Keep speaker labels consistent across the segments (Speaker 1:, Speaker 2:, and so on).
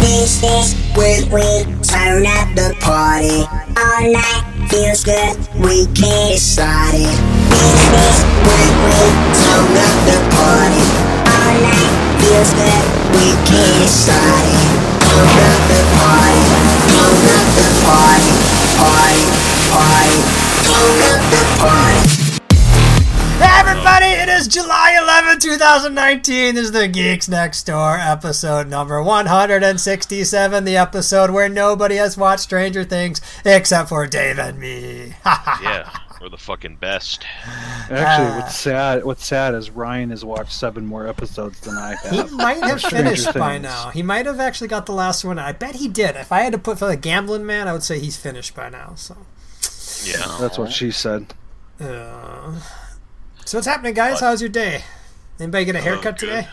Speaker 1: This is when we turn up the party. All night feels good, we can get started. This is when we turn up the party. All night feels good, we can get started. Turn up the party, turn up the party, party, party, turn up the party.
Speaker 2: Hey everybody, it is July 11, 2019. This is the Geeks Next Door episode number 167, the episode where nobody has watched Stranger Things except for Dave and me.
Speaker 3: Yeah, we're the fucking best.
Speaker 4: Actually, what's sad? What's sad is Ryan has watched seven more episodes than I
Speaker 2: he
Speaker 4: have.
Speaker 2: might have
Speaker 4: Stranger
Speaker 2: finished by
Speaker 4: Things.
Speaker 2: now. He might have actually got the last one. I bet he did. If I had to put for the gambling man, I would say he's finished by now. So,
Speaker 3: Yeah.
Speaker 4: That's what she said.
Speaker 2: uh, so what's happening, guys? How's your day? Anybody get a haircut
Speaker 3: good.
Speaker 2: today?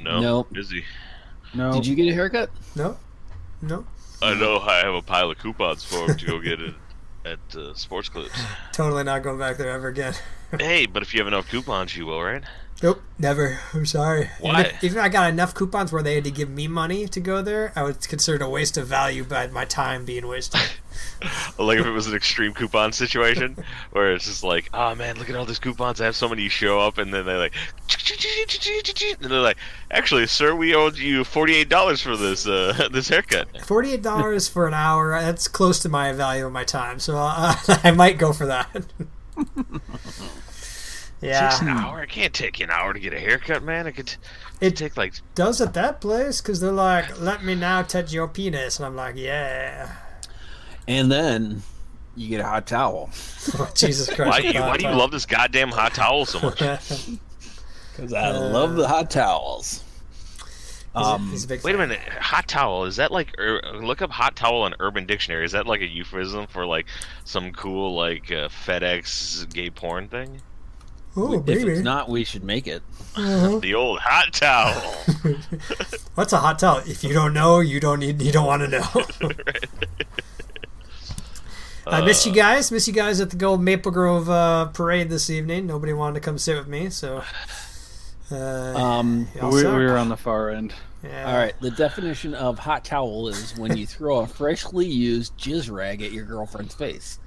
Speaker 3: No.
Speaker 5: No.
Speaker 3: Busy.
Speaker 4: No,
Speaker 5: Did you get a haircut?
Speaker 2: No, no.
Speaker 3: I know I have a pile of coupons for him to go get it at uh, Sports Clips.
Speaker 2: Totally not going back there ever again.
Speaker 3: Hey, but if you have enough coupons, you will, right?
Speaker 2: Nope, never. I'm sorry.
Speaker 3: Why?
Speaker 2: Even if, even if I got enough coupons where they had to give me money to go there, I was considered a waste of value by my time being wasted.
Speaker 3: Like if it was an extreme coupon situation where it's just like, oh man, look at all these coupons. I have so many. You show up and then they're like, and they're like, actually, sir, we owed you forty-eight dollars for this uh, this haircut.
Speaker 2: Forty-eight dollars for an hour. That's close to my value of my time, so uh, I might go for that.
Speaker 3: Takes an
Speaker 2: yeah,
Speaker 3: hour. It can't take you an hour to get a haircut, man. It could
Speaker 2: It-
Speaker 3: it take like
Speaker 2: does at that place because they're like, "Let me now touch your penis," and I'm like, "Yeah."
Speaker 5: And then you get a hot towel
Speaker 2: Oh, Jesus Christ!
Speaker 3: why do you
Speaker 2: Bob,
Speaker 3: why do you
Speaker 2: Bob.
Speaker 3: love this goddamn hot towel so much?
Speaker 5: because I love the hot towels. Um,
Speaker 2: He's a big
Speaker 3: Wait a
Speaker 2: fan.
Speaker 3: minute, hot towel is that like? Er, look up hot towel on Urban Dictionary. Is that like a euphemism for like some cool like uh, FedEx gay porn thing?
Speaker 2: Ooh,
Speaker 5: if
Speaker 2: baby.
Speaker 5: it's not, we should make it.
Speaker 3: The old hot towel.
Speaker 2: What's a hot towel? If you don't know, you don't need. You don't want to know. I miss you guys. Miss you guys at the Gold Maple Grove uh, parade this evening. Nobody wanted to come sit with me, so. Uh,
Speaker 5: Um,
Speaker 2: y'all
Speaker 4: We, we
Speaker 2: suck.
Speaker 4: were on the far end.
Speaker 2: Yeah.
Speaker 5: all right. The definition of hot towel is when you throw a freshly used jizz rag at your girlfriend's face.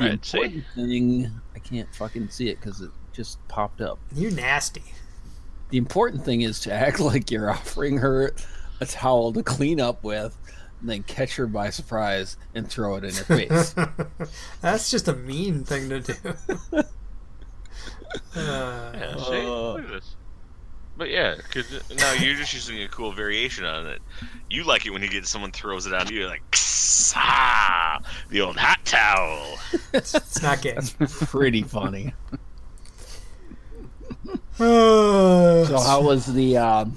Speaker 5: The
Speaker 3: Right, see?
Speaker 5: important thing I can't fucking see it because it just popped up.
Speaker 2: You nasty.
Speaker 5: The important thing is to act like you're offering her a towel to clean up with, and then catch her by surprise and throw it in her face.
Speaker 2: That's just a mean thing to do. uh,
Speaker 3: Yeah, see? Look at this. But yeah, 'cause, uh, no, you're just using a cool variation on it. You like it when you get someone throws it on you. You're like, "Kss, ah, the old hot towel.
Speaker 2: it's not gay.
Speaker 5: Pretty funny.
Speaker 2: Uh,
Speaker 5: So how was the um,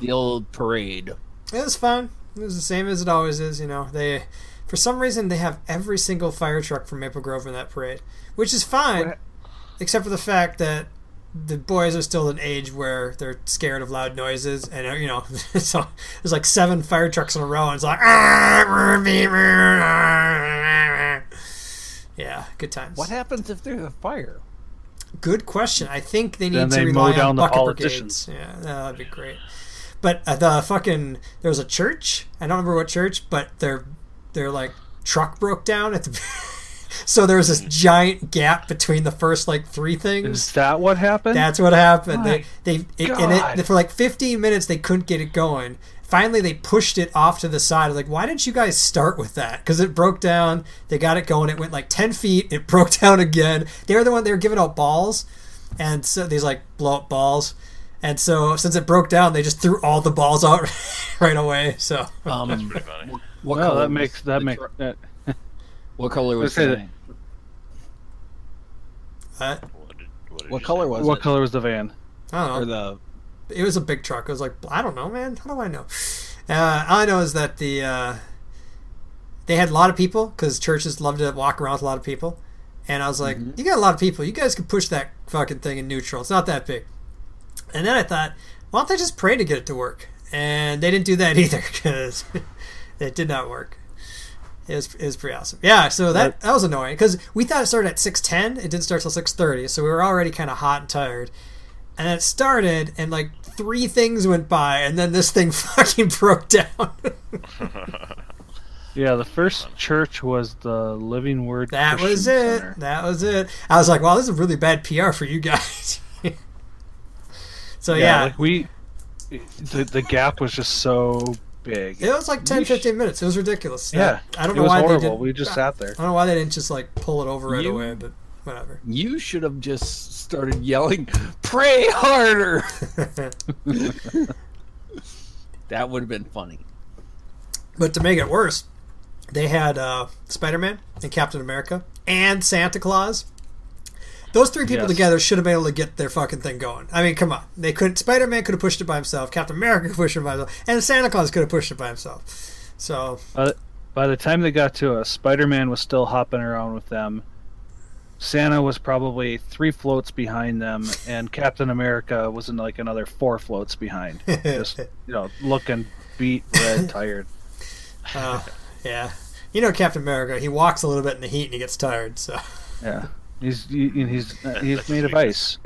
Speaker 5: the old parade?
Speaker 2: It was fun. It was the same as it always is, you know. They, for some reason, they have every single fire truck from Maple Grove in that parade, which is fine,
Speaker 4: What?
Speaker 2: except for the fact that the boys are still an age where they're scared of loud noises, and uh, you know, so there's like seven fire trucks in a row, and it's like, "Ah, yeah, good times.
Speaker 5: What happens if there's a fire?
Speaker 2: Good question. I think they need
Speaker 4: Then
Speaker 2: to
Speaker 4: they
Speaker 2: rely
Speaker 4: mow down
Speaker 2: on
Speaker 4: the
Speaker 2: bucket
Speaker 4: politicians.
Speaker 2: brigades. Yeah, that'd be great. But uh, the fucking there was a church. I don't remember what church, but their their like truck broke down at the. so there was this giant gap between the first like three
Speaker 4: Is
Speaker 2: things.
Speaker 4: that what happened?
Speaker 2: That's what happened. They
Speaker 4: My
Speaker 2: they it, and it
Speaker 4: God.
Speaker 2: for like 15 minutes they couldn't get it going. Finally, they pushed it off to the side. I was Like, why didn't you guys start with that? Because it broke down. They got it going. It went like 10 feet. It broke down again. They were the one they were giving out balls, and so these like blow up balls. And so since it broke down, they just threw all the balls out right away. So
Speaker 5: Um,
Speaker 3: Pretty funny.
Speaker 5: what
Speaker 4: well,
Speaker 5: color
Speaker 4: that
Speaker 5: was
Speaker 4: makes that
Speaker 5: the
Speaker 4: makes
Speaker 5: tr-
Speaker 4: that.
Speaker 5: what color was
Speaker 4: Let's say
Speaker 5: the
Speaker 4: that-
Speaker 5: van?
Speaker 2: uh,
Speaker 3: What, did, did
Speaker 5: What
Speaker 3: you
Speaker 5: color
Speaker 3: say?
Speaker 5: was
Speaker 4: What
Speaker 5: it?
Speaker 4: color was the van?
Speaker 2: I don't know.
Speaker 5: Or the
Speaker 2: it was a big truck. I was like, I don't know, man. How do I know? Uh, all I know is that the uh, they had a lot of people because churches love to walk around with a lot of people. And I was like, you got a lot of people. You guys can push that fucking thing in neutral. It's not that big. And then I thought, why don't they just pray to get it to work? And they didn't do that either because it did not work. It was, it was pretty awesome. Yeah, so that, that was annoying because we thought it started at six ten. It didn't start till six thirty, so we were already kind of hot and tired and it started and like three things went by, and then this thing fucking broke down.
Speaker 4: Yeah, the first church was the Living Word.
Speaker 2: that
Speaker 4: Christian
Speaker 2: was it.
Speaker 4: Center.
Speaker 2: That was it. I was like, wow, this is really bad PR for you guys. so yeah,
Speaker 4: like we, the, the gap was just so big.
Speaker 2: it was like 10,
Speaker 4: We sh-
Speaker 2: 15 minutes. It was ridiculous.
Speaker 4: Yeah,
Speaker 2: I don't
Speaker 4: it
Speaker 2: know
Speaker 4: was
Speaker 2: why
Speaker 4: horrible.
Speaker 2: they didn't.
Speaker 4: We just sat there.
Speaker 2: I don't know why they didn't just like pull it over right
Speaker 5: You-
Speaker 2: away, but whatever.
Speaker 5: You should have just started yelling, "Pray harder." that would have been funny.
Speaker 2: But to make it worse, they had uh, Spider Man and Captain America and Santa Claus. Those three people
Speaker 4: Yes.
Speaker 2: together should have been able to get their fucking thing going. I mean, come on. They couldn't. Spider Man could have pushed it by himself. Captain America could have pushed it by himself, and Santa Claus could have pushed it by himself. So
Speaker 4: By, by the time they got to us, Spider Man was still hopping around with them. Santa was probably three floats behind them, and Captain America was in like another four floats behind. Just, you know, looking beat, red, tired.
Speaker 2: uh, yeah, you know Captain America. He walks a little bit in the heat and he gets tired. So
Speaker 4: Yeah. He's he, he's uh, he's made of ice.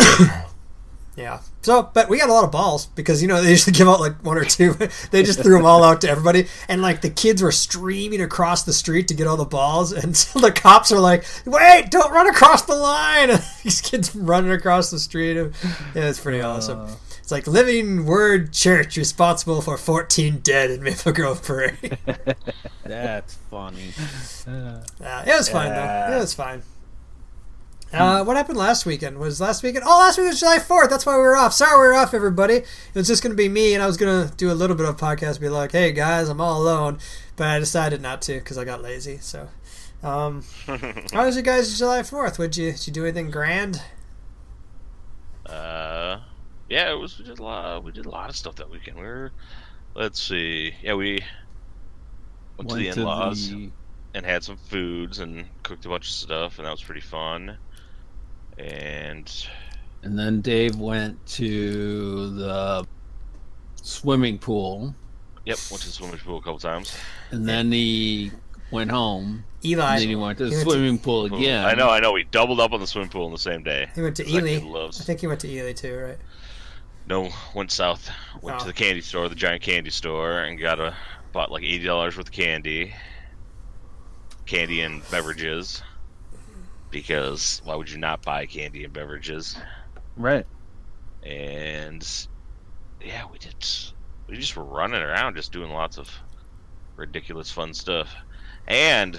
Speaker 2: Yeah. So, but we got a lot of balls because you know they usually give out like one or two. they just threw them all out to everybody, and like the kids were streaming across the street to get all the balls, and so the cops are like, "Wait, don't run across the line!" And these kids running across the street. It was pretty awesome. It's like Living Word Church responsible for 14 dead in Maple Grove Parade.
Speaker 5: That's funny.
Speaker 2: Uh, it was fine though. It was fine. Uh, what happened last weekend? Was last weekend? Oh, last week was July Fourth. That's why we were off. Sorry, we were off, everybody. It was just going to be me, and I was going to do a little bit of podcast, be like, "Hey guys, I'm all alone," but I decided not to because I got lazy. So, um, how was you guys July Fourth? Would you did you do anything grand?
Speaker 3: Uh, yeah, it was. We did a lot. We did a lot of stuff that weekend. We were, let's see. Yeah, we went, to the
Speaker 5: Went
Speaker 3: in-laws
Speaker 5: the-
Speaker 3: and had some foods and cooked a bunch of stuff, and that was pretty fun. And
Speaker 5: and then Dave went to the swimming pool,
Speaker 3: yep, went to the swimming pool a couple times.
Speaker 5: and then he went home,
Speaker 2: Eli,
Speaker 5: and then he went to
Speaker 2: he
Speaker 5: the
Speaker 2: went to-
Speaker 5: swimming pool
Speaker 3: Pool.
Speaker 5: again.
Speaker 3: I know, I know. We doubled up on the swimming pool on the same day.
Speaker 2: he went to
Speaker 3: 'Cause that
Speaker 2: Ely.
Speaker 3: kid loves-
Speaker 2: I think he went to Ely too, right?
Speaker 3: No, went south. Went
Speaker 2: Oh.
Speaker 3: to the candy store, the giant candy store, and got a bought like eighty dollars worth of candy, candy and beverages. Because why would you not buy candy and beverages?
Speaker 4: Right.
Speaker 3: And yeah, we did. We just were running around, just doing lots of ridiculous fun stuff, and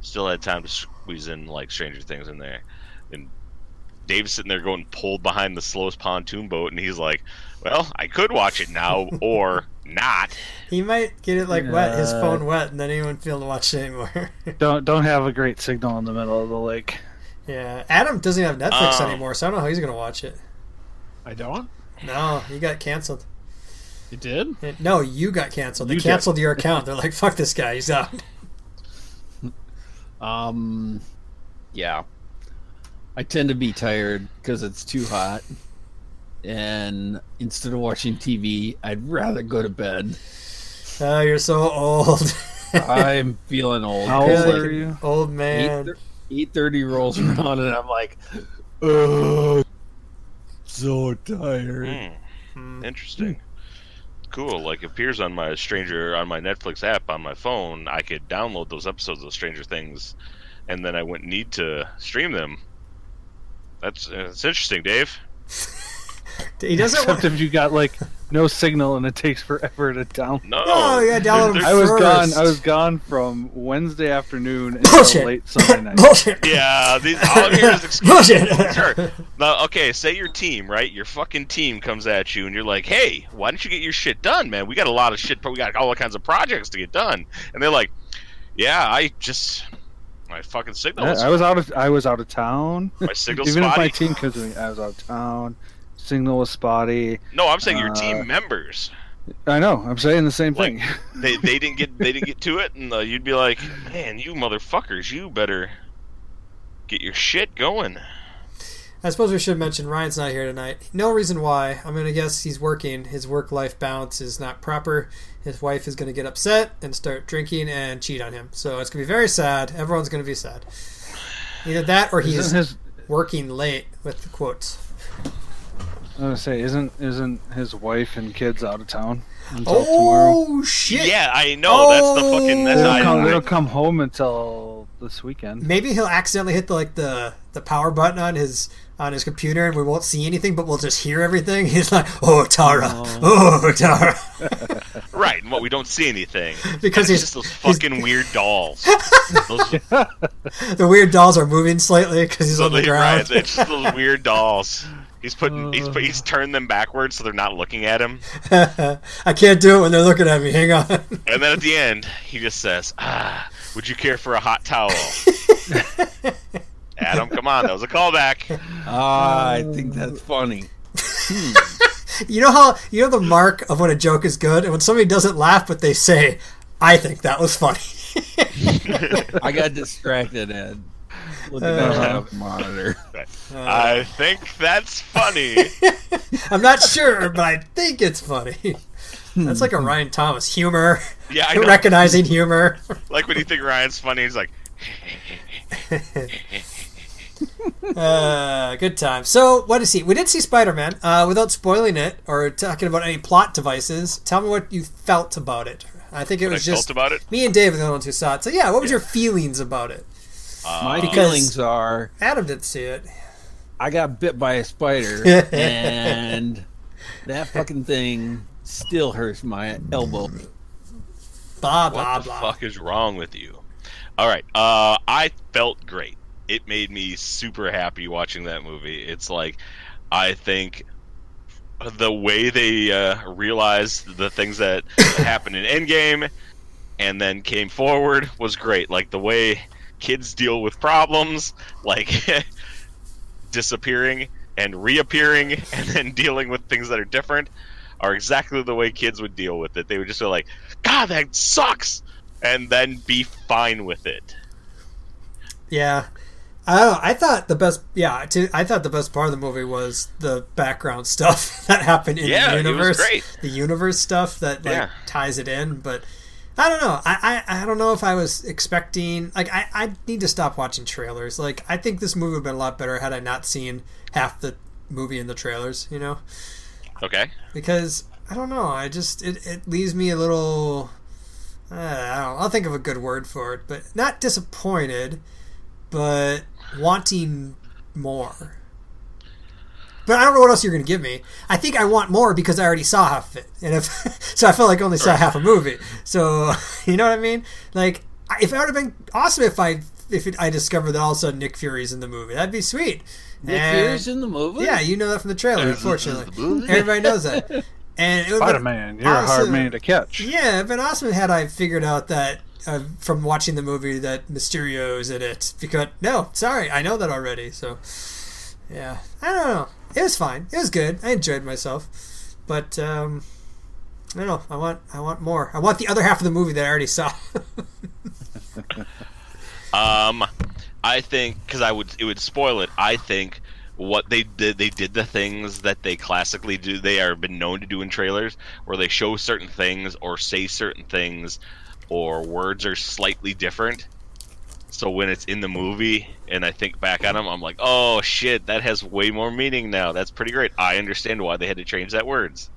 Speaker 3: still had time to squeeze in like Stranger Things in there. And Dave's sitting there going pulled behind the slowest pontoon boat, and he's like, "Well, I could watch it now or not."
Speaker 2: He might get it like wet, his
Speaker 4: Yeah.
Speaker 2: phone wet, and then he wouldn't feel to watch it anymore.
Speaker 4: Don't don't have a great signal in the middle of the lake.
Speaker 2: Yeah, Adam doesn't have Netflix
Speaker 3: Oh.
Speaker 2: anymore, so I don't know how he's gonna watch it.
Speaker 6: I don't.
Speaker 2: No, you got canceled.
Speaker 6: You did?
Speaker 2: No, you got canceled. They
Speaker 6: You did.
Speaker 2: canceled your account. They're like, "Fuck this guy, he's out."
Speaker 5: Um, yeah, I tend to be tired because it's too hot, and instead of watching TV, I'd rather go to bed.
Speaker 2: Oh, you're so old.
Speaker 5: I'm feeling old.
Speaker 4: How old
Speaker 2: Yeah, they
Speaker 4: are
Speaker 2: can-
Speaker 4: you?
Speaker 2: old man.
Speaker 5: Eight thirty rolls around, and I'm like, oh, so tired.
Speaker 3: Hmm. Interesting.
Speaker 2: Hmm.
Speaker 3: Cool. Like appears on my Stranger on my Netflix app on my phone, I could download those episodes of Stranger Things, and then I wouldn't need to stream them. That's uh, it's interesting, Dave.
Speaker 2: He doesn't.
Speaker 4: Except
Speaker 2: Want...
Speaker 4: if you got like no signal and it takes forever to down.
Speaker 3: No,
Speaker 2: No, you gotta Oh, download
Speaker 3: There-
Speaker 2: them
Speaker 4: I was
Speaker 2: First.
Speaker 4: gone. I was gone from Wednesday afternoon until
Speaker 2: Bullshit.
Speaker 4: late Sunday night.
Speaker 2: Bullshit.
Speaker 3: Yeah, these all here is
Speaker 2: Bullshit.
Speaker 3: excuses. Sure. Now, okay, say your team, right? Your fucking team comes at you, and you're like, "Hey, why don't you get your shit done, man? We got a lot of shit, but we got all kinds of projects to get done." And they're like, "Yeah, I just my fucking signal
Speaker 4: Yeah,
Speaker 3: was
Speaker 4: I was out of I was out of town.
Speaker 3: my signal
Speaker 4: Even if
Speaker 3: spotty."
Speaker 4: my team comes to me, I was out of town. Signal was spotty.
Speaker 3: No, I'm saying your
Speaker 4: Uh,
Speaker 3: team members.
Speaker 4: I know. I'm saying the same
Speaker 3: Like-
Speaker 4: thing.
Speaker 3: They, they didn't get they didn't get to it, and uh, you'd be like, man, you motherfuckers, you better get your shit going.
Speaker 2: I suppose we should mention Ryan's not here tonight. No reason why. I'm gonna guess he's working. His work-life balance is not proper. His wife is gonna get upset and start drinking and cheat on him. So it's gonna be very sad. Everyone's gonna be sad. Either that or he's
Speaker 4: Isn't his
Speaker 2: working late with the quotes.
Speaker 4: I was gonna say, isn't isn't his wife and kids out of town until tomorrow?
Speaker 2: Oh shit!
Speaker 3: Yeah, I know. that's the fucking. That's
Speaker 4: They
Speaker 3: how I,
Speaker 4: don't, Oh, come, they
Speaker 3: I,
Speaker 4: don't come home until this weekend.
Speaker 2: Maybe he'll accidentally hit the like the the power button on his on his computer, and we won't see anything, but we'll just hear everything. He's like, "Oh Tara, oh Tara,"
Speaker 3: right. And what we don't see anything
Speaker 2: because
Speaker 3: It's
Speaker 2: he's,
Speaker 3: just those
Speaker 2: he's-
Speaker 3: fucking weird dolls. Those,
Speaker 2: the weird dolls are moving slightly because he's on the
Speaker 3: Right,
Speaker 2: ground.
Speaker 3: it's just those weird dolls. He's putting. He's put, he's turned them backwards so they're not looking at him.
Speaker 2: I can't do it when they're looking at me. Hang on.
Speaker 3: And then at the end, he just says, "Ah, would you care for a hot towel?" Adam, come on, that was a callback.
Speaker 5: Ah, I think that's funny.
Speaker 2: You know how you know the mark of when a joke is good, and when somebody doesn't laugh but they say, "I think that was funny."
Speaker 5: I got distracted Ed. looking at
Speaker 2: Uh-huh.
Speaker 5: that monitor.
Speaker 3: I think that's funny.
Speaker 2: I'm not sure, but I think it's funny. That's like a Ryan Thomas humor,
Speaker 3: Yeah, I know.
Speaker 2: recognizing humor.
Speaker 3: like when you think Ryan's funny, he's like,
Speaker 2: Uh, good time. So, what is he? We did see Spider Man. Uh, without spoiling it or talking about any plot devices, tell me what you felt about it. I think it
Speaker 3: "I
Speaker 2: was
Speaker 3: felt
Speaker 2: just
Speaker 3: about it."
Speaker 2: me and Dave were the ones who saw it. So, yeah, what was your feelings about it?
Speaker 5: My
Speaker 2: Because-
Speaker 5: feelings are
Speaker 2: Adam didn't see it.
Speaker 5: I got bit by a spider and that fucking thing still hurts my elbow.
Speaker 2: Blah
Speaker 3: What
Speaker 2: blah
Speaker 3: the
Speaker 2: blah.
Speaker 3: fuck is wrong with you? All right, uh, I felt great. It made me super happy watching that movie. It's like, I think the way they uh, realized the things that happened in Endgame and then came forward was great. Like the way kids deal with problems, like disappearing and reappearing, and then dealing with things that are different, are exactly the way kids would deal with it. They would just be like, God, that sucks! And then be fine with it.
Speaker 2: Yeah. I don't know. I thought the best, yeah, to, I thought the best part of the movie was the background stuff that happened in
Speaker 3: Yeah, it
Speaker 2: the
Speaker 3: was
Speaker 2: universe,
Speaker 3: great.
Speaker 2: the universe stuff that like
Speaker 3: Yeah.
Speaker 2: ties it in. But I don't know. I, I, I don't know if I was expecting like I, I need to stop watching trailers. Like I think this movie would have been a lot better had I not seen half the movie in the trailers. You know,
Speaker 3: Okay?
Speaker 2: because I don't know. I just it, it leaves me a little. Uh, I don't. I'll think of a good word for it, but not disappointed, but wanting more. But I don't know what else you're going to give me. I think I want more because I already saw half of it, and if so, I felt like I only saw half a movie. So you know what I mean? Like, I- if it would have been awesome if I if it, I discovered that all of a sudden Nick Fury's in the movie, that'd be sweet.
Speaker 5: Nick
Speaker 2: And-
Speaker 5: Fury's in the movie?
Speaker 2: yeah, you know that from the trailer, unfortunately. Everybody knows that. And it would have
Speaker 4: Spider
Speaker 2: been-
Speaker 4: Man, you're a hard
Speaker 2: awesome.
Speaker 4: man to catch.
Speaker 2: Yeah, it'd been awesome had I figured out that uh, from watching the movie that Mysterio's in it. Because no, sorry, I know that already. So yeah, I don't know. It was fine. It was good. I enjoyed myself, but um, I don't know. I want I want more. I want the other half of the movie that I already saw.
Speaker 3: Um, I think because I would it would spoil it. I think what they did they did the things that they classically do. They are been known to do in trailers where they show certain things or say certain things or words are slightly different. So when it's in the movie and I think back on them, I'm like, oh shit, that has way more meaning now. That's pretty great. I understand why they had to change that words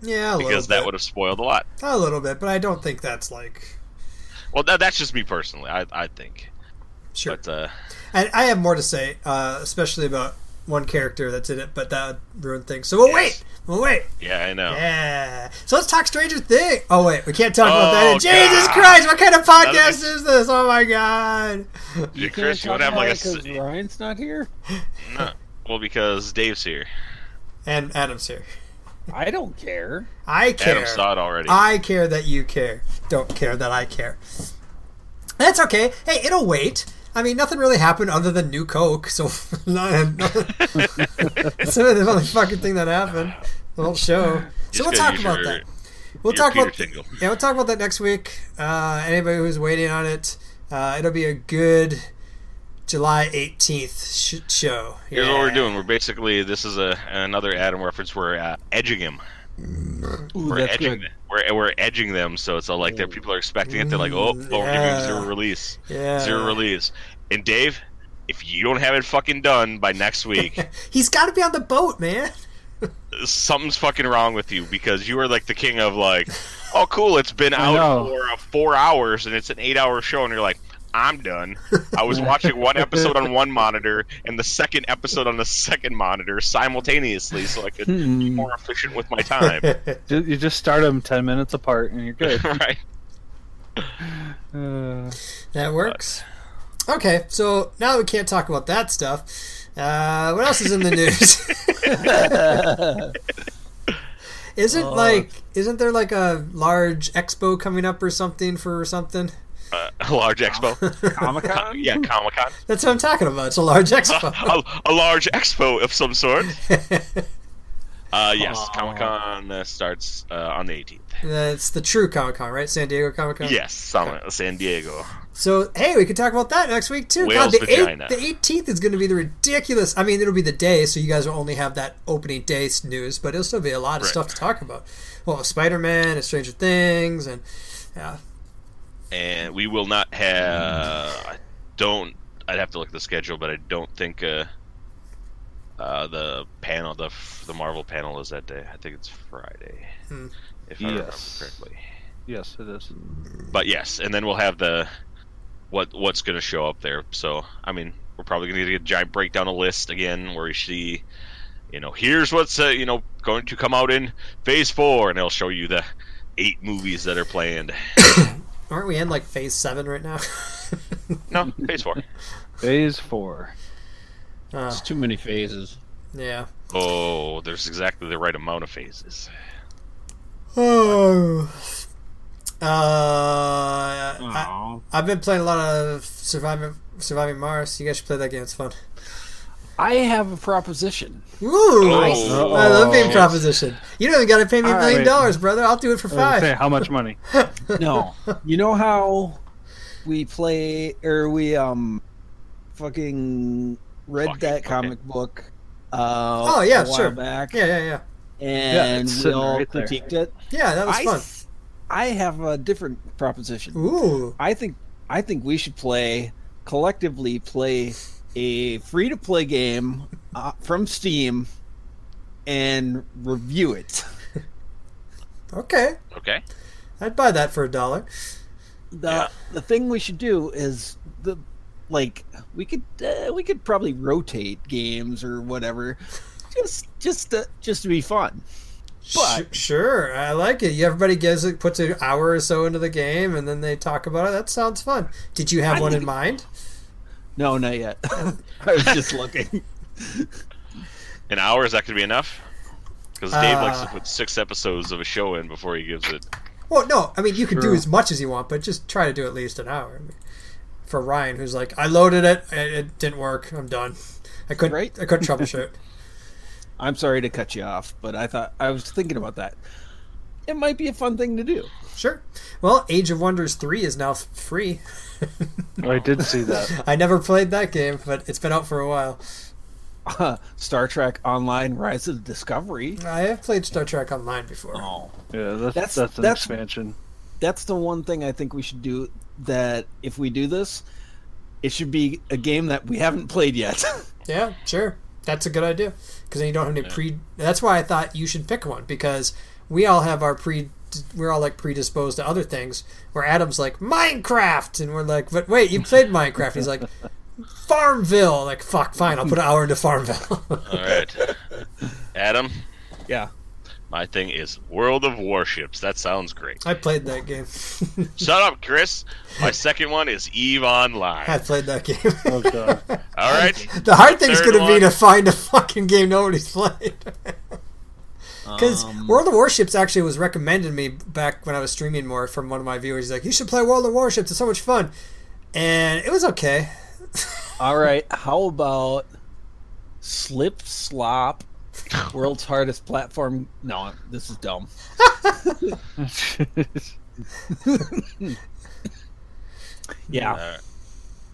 Speaker 2: yeah, a little
Speaker 3: because that
Speaker 2: bit.
Speaker 3: would have spoiled a lot.
Speaker 2: a little bit, but I don't think that's like
Speaker 3: Well, that, that's just me personally. I I think,
Speaker 2: sure.
Speaker 3: but uh,
Speaker 2: And I have more to say, uh, especially about one character that's in it, but that would ruin things. So we'll
Speaker 3: Yes. Oh.
Speaker 2: wait. We'll wait.
Speaker 3: yeah, I know.
Speaker 2: Yeah. So let's talk Stranger Things. Oh wait, we can't talk about that.
Speaker 3: Oh,
Speaker 2: Jesus
Speaker 3: God.
Speaker 2: Christ! What kind of podcast
Speaker 3: That'll
Speaker 2: is this? Oh my God!
Speaker 3: Yeah,
Speaker 5: You can't
Speaker 3: Chris, you
Speaker 5: talk
Speaker 3: would have like
Speaker 5: about
Speaker 3: a
Speaker 5: it 'cause
Speaker 3: s-
Speaker 5: Ryan's not here?
Speaker 3: Well, because Dave's here.
Speaker 2: And Adam's here.
Speaker 5: I don't care.
Speaker 2: I care.
Speaker 3: Adam saw it already.
Speaker 2: I care that you care. Don't care that I care. That's okay. Hey, it'll wait. I mean, nothing really happened other than New Coke, so nothing. Some of the motherfucking thing that happened, the whole show. So
Speaker 3: Just
Speaker 2: we'll
Speaker 3: gotta
Speaker 2: talk
Speaker 3: use
Speaker 2: about
Speaker 3: your-
Speaker 2: that. We'll
Speaker 3: your
Speaker 2: talk
Speaker 3: Peter
Speaker 2: about
Speaker 3: Tingle.
Speaker 2: yeah, we'll talk about that next week. Uh, anybody who's waiting on it, uh, it'll be a good July eighteenth sh- show.
Speaker 3: Here's what we're
Speaker 2: Yeah.
Speaker 3: doing. We're basically this is a another Adam reference. We're uh, edging him.
Speaker 5: Ooh,
Speaker 3: We're
Speaker 5: that's
Speaker 3: edging.
Speaker 5: good.
Speaker 3: Them. We're we're edging them. So it's all like that. People are expecting it. They're like, oh, well, we're giving
Speaker 2: yeah.
Speaker 3: you zero release,
Speaker 2: Yeah.
Speaker 3: zero release. And Dave, if you don't have it fucking done by next week,
Speaker 2: He's got to be on the boat, man.
Speaker 3: something's fucking wrong with you because you are like the king of like, oh cool, it's been
Speaker 4: I
Speaker 3: out
Speaker 4: know.
Speaker 3: for uh, four hours and it's an eight-hour show, and you're like, I'm done. I was watching one episode on one monitor and the second episode on the second monitor simultaneously, so I could be
Speaker 4: Hmm.
Speaker 3: more efficient with my time.
Speaker 4: Ju- You just start them ten minutes apart, and you're good.
Speaker 3: right?
Speaker 4: Uh,
Speaker 2: That works. Okay, so now that we can't talk about that stuff, uh, what else is in the news? isn't like isn't there like a large expo coming up or something for something?
Speaker 3: Uh, a large expo. Uh,
Speaker 7: Comic Con?
Speaker 3: yeah, Comic Con.
Speaker 2: That's what I'm talking about. It's a large expo.
Speaker 3: a, a large expo of some sort. Uh, yes, Comic Con uh, starts uh, on the 18th.
Speaker 2: That's the true Comic Con, right? San Diego Comic Con.
Speaker 3: Yes, San- San Diego.
Speaker 2: So hey, we could talk about that next week too.
Speaker 3: Whale's
Speaker 2: God, the
Speaker 3: vagina.
Speaker 2: the eighteenth is going to be the ridiculous. I mean, it'll be the day, so you guys will only have that opening day news, but it'll still be a lot of
Speaker 3: Right.
Speaker 2: stuff to talk about. Well, Spider Man and Stranger Things, and yeah,
Speaker 3: And we will not have. I don't. I'd have to look at the schedule, but I don't think uh, uh, the panel, the f- the Marvel panel, is that day. I think it's Friday,
Speaker 2: Hmm.
Speaker 3: if I remember
Speaker 4: Yes.
Speaker 3: correctly.
Speaker 4: yes, it is.
Speaker 3: But yes, and then we'll have the what what's going to show up there. So I mean, we're probably going to get a giant breakdown of list again, where you see, you know, here's what's uh, you know going to come out in Phase Four, and it'll show you the eight movies that are planned.
Speaker 2: aren't we in like Phase Seven right now?
Speaker 3: No, Phase Four.
Speaker 4: Phase four.
Speaker 2: uh,
Speaker 5: It's too many phases.
Speaker 2: yeah.
Speaker 3: Oh, there's exactly the right amount of phases.
Speaker 2: Oh. Uh, I,
Speaker 7: Aw.
Speaker 2: I've been playing a lot of Surviving Surviving Mars. You guys should play that game. It's fun.
Speaker 5: I have a proposition.
Speaker 2: Ooh,
Speaker 3: Oh.
Speaker 2: I love being
Speaker 3: Oh.
Speaker 2: proposition. You don't even got to pay me a
Speaker 5: All Oh,
Speaker 2: million
Speaker 4: right.
Speaker 2: dollars, brother. I'll do it for
Speaker 4: I was gonna
Speaker 2: five.
Speaker 4: say, how much money?
Speaker 5: No, you know how we play or we um fucking read
Speaker 3: Fucking,
Speaker 5: that
Speaker 3: okay.
Speaker 5: comic book. Uh,
Speaker 2: Oh, yeah,
Speaker 5: a while
Speaker 2: sure.
Speaker 5: back,
Speaker 2: Yeah, yeah, yeah.
Speaker 4: Yeah,
Speaker 5: and
Speaker 4: it's
Speaker 5: we
Speaker 4: sitting
Speaker 5: all
Speaker 4: right there.
Speaker 5: critiqued it.
Speaker 2: Yeah, that was
Speaker 5: I,
Speaker 2: fun.
Speaker 5: th- I have a different proposition.
Speaker 2: Ooh.
Speaker 5: I think I think we should play collectively play a free to play game uh, from Steam and review it.
Speaker 2: Okay.
Speaker 3: Okay.
Speaker 2: I'd buy that for a dollar.
Speaker 5: The
Speaker 3: Yeah.
Speaker 5: the thing we should do is the like we could uh, we could probably rotate games or whatever just just to, just to be fun.
Speaker 2: Sh- sure, I like it. You- Everybody gives it puts an hour or so into the game, and then they talk about it. That sounds fun. Did you have
Speaker 5: I
Speaker 2: one
Speaker 5: think-
Speaker 2: in mind?
Speaker 5: No, not yet. I was just looking.
Speaker 3: An hour is that going to be enough? Because Dave likes to
Speaker 2: Uh.
Speaker 3: put six episodes of a show in before he gives it.
Speaker 2: Well, no. I mean, you can do
Speaker 4: True.
Speaker 2: as much as you want, but just try to do at least an hour. I mean, for Ryan, who's like, I loaded it, it, it didn't work. I'm done. I couldn't.
Speaker 5: Right?
Speaker 2: I couldn't troubleshoot.
Speaker 5: I'm sorry to cut you off, but I thought I was thinking about that. It might be a fun thing to do.
Speaker 2: sure. Well, Age of Wonders three is now f- free.
Speaker 4: I did see that.
Speaker 2: I never played that game, but it's been out for a while.
Speaker 5: Star Trek Online: Rise of Discovery.
Speaker 2: I have played Star Trek Online before.
Speaker 5: Oh,
Speaker 4: Yeah, that's
Speaker 5: That's-
Speaker 4: that's, an
Speaker 5: that's-
Speaker 4: expansion.
Speaker 5: that's the one thing I think we should do. That if we do this, it should be a game that we haven't played yet.
Speaker 2: Yeah, sure. That's a good idea because then you don't have any pre. That's why I thought you should pick one because we all have our pre. We're all like predisposed to other things. Where Adam's like Minecraft, and we're like, but wait, you played Minecraft. He's like Farmville. Like fuck, fine, I'll put an hour into Farmville.
Speaker 3: All right, Adam.
Speaker 5: yeah,
Speaker 3: My thing is World of Warships. That sounds great.
Speaker 2: I played that game.
Speaker 3: Shut up, Chris. My second one is Eve
Speaker 2: I
Speaker 3: Online.
Speaker 2: played that game.
Speaker 4: Oh god.
Speaker 3: All right.
Speaker 2: the hard thing's
Speaker 3: Third
Speaker 2: going to be
Speaker 3: one.
Speaker 2: to find a fucking game nobody's played. Because
Speaker 3: Um,
Speaker 2: World of Warships actually was recommended me back when I was streaming more from one of my viewers. He's like, "You should play World of Warships. It's so much fun," and it was okay.
Speaker 5: All right, how about Slip Slop? World's hardest platform. No, this is dumb. Yeah,
Speaker 3: All right.